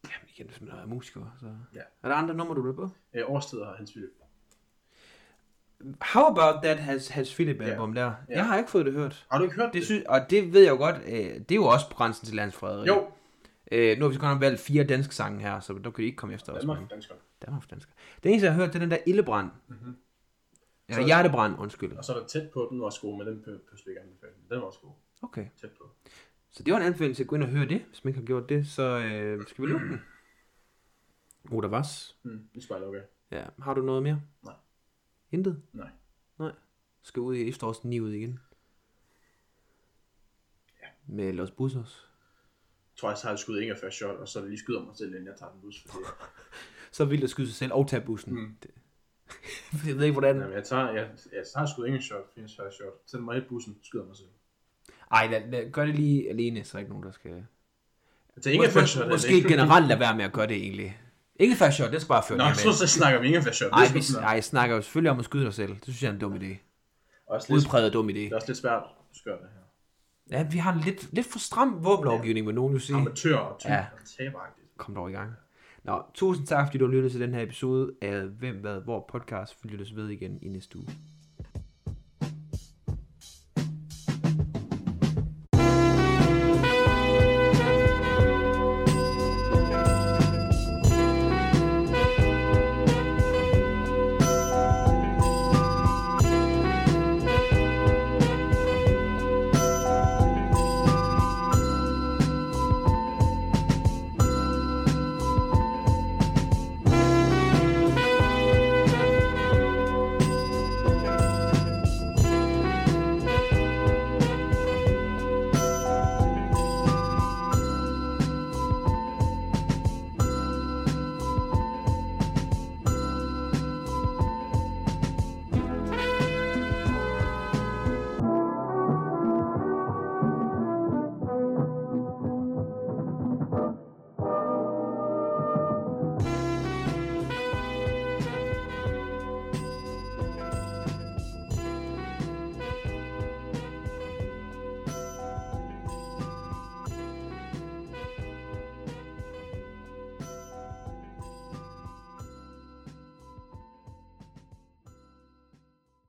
Speaker 1: Jamen igen, hvis man er musiker, så...
Speaker 2: Ja.
Speaker 1: Er der andre numre, du vil på?
Speaker 2: Øh, årstid har han spillet.
Speaker 1: How About That has, has Philip album der.
Speaker 2: Ja.
Speaker 1: Jeg har ikke fået det hørt.
Speaker 2: Har du ikke hørt det?
Speaker 1: Det synes, og det ved jeg jo godt, øh, det er jo også på grænsen til landsfrederi.
Speaker 2: Jo,
Speaker 1: Øh, nu har vi så godt nok valgt fire danske sange her, så der kan I ikke komme efter os.
Speaker 2: Danmark,
Speaker 1: men-
Speaker 2: dansker.
Speaker 1: Danmark dansker. Det eneste, jeg har hørt, det er den der ildebrand.
Speaker 2: Mhm.
Speaker 1: Eller
Speaker 2: Så-
Speaker 1: hjertebrand, undskyld.
Speaker 2: Og så er der tæt på, den var også god, men den pø- pøste vi ikke anbefale. Den var også god.
Speaker 1: Okay.
Speaker 2: Tæt på.
Speaker 1: Så det var en anbefaling til at gå ind og høre det, hvis man ikke har gjort det. Så øh, skal vi lukke den. Oder was?
Speaker 2: Mm, det skal jeg lukke af.
Speaker 1: Ja, har du noget mere?
Speaker 2: Nej.
Speaker 1: Intet?
Speaker 2: Nej.
Speaker 1: Nej. Skal ud i efterårsnivet igen. Ja. Med Los Busos.
Speaker 2: Jeg tror, jeg har skudt Inger først shot, og så lige skyder mig selv, inden jeg tager den bus. Fordi,
Speaker 1: Så vil der skyde sig selv og tage bussen. Mm. Det... jeg ved ikke, hvordan...
Speaker 2: jamen, jeg tager, jeg, jeg tager skudt Inger shot, findes først shot. Sæt mig i bussen, skyder mig selv.
Speaker 1: Ej, lad, lad, gør det lige alene, så er ikke nogen, der skal...
Speaker 2: Jeg tager Inger først shot.
Speaker 1: Mås- måske generelt lade være med at gøre det, egentlig. Ikke fast shot, det skal bare føre
Speaker 2: Nå,
Speaker 1: det
Speaker 2: så,
Speaker 1: med.
Speaker 2: så snakker vi Inger først shot.
Speaker 1: Ej, vi, ej, jeg snakker jo selvfølgelig om at skyde dig selv. Det synes jeg er en dum idé.
Speaker 2: Også lidt,
Speaker 1: Udpræget dum idé.
Speaker 2: det er også lidt svært at skøre det her.
Speaker 1: Ja, vi har en lidt, lidt for stram våbenlovgivning, ja. med nogen vil sige.
Speaker 2: Amatør og typer
Speaker 1: Ja.
Speaker 2: ja. og taberagtigt.
Speaker 1: Kom dog i gang. Nå, tusind tak, fordi du har lyttet til den her episode af Hvem, Hvad, Hvor podcast. Vi lyttes ved igen i næste uge.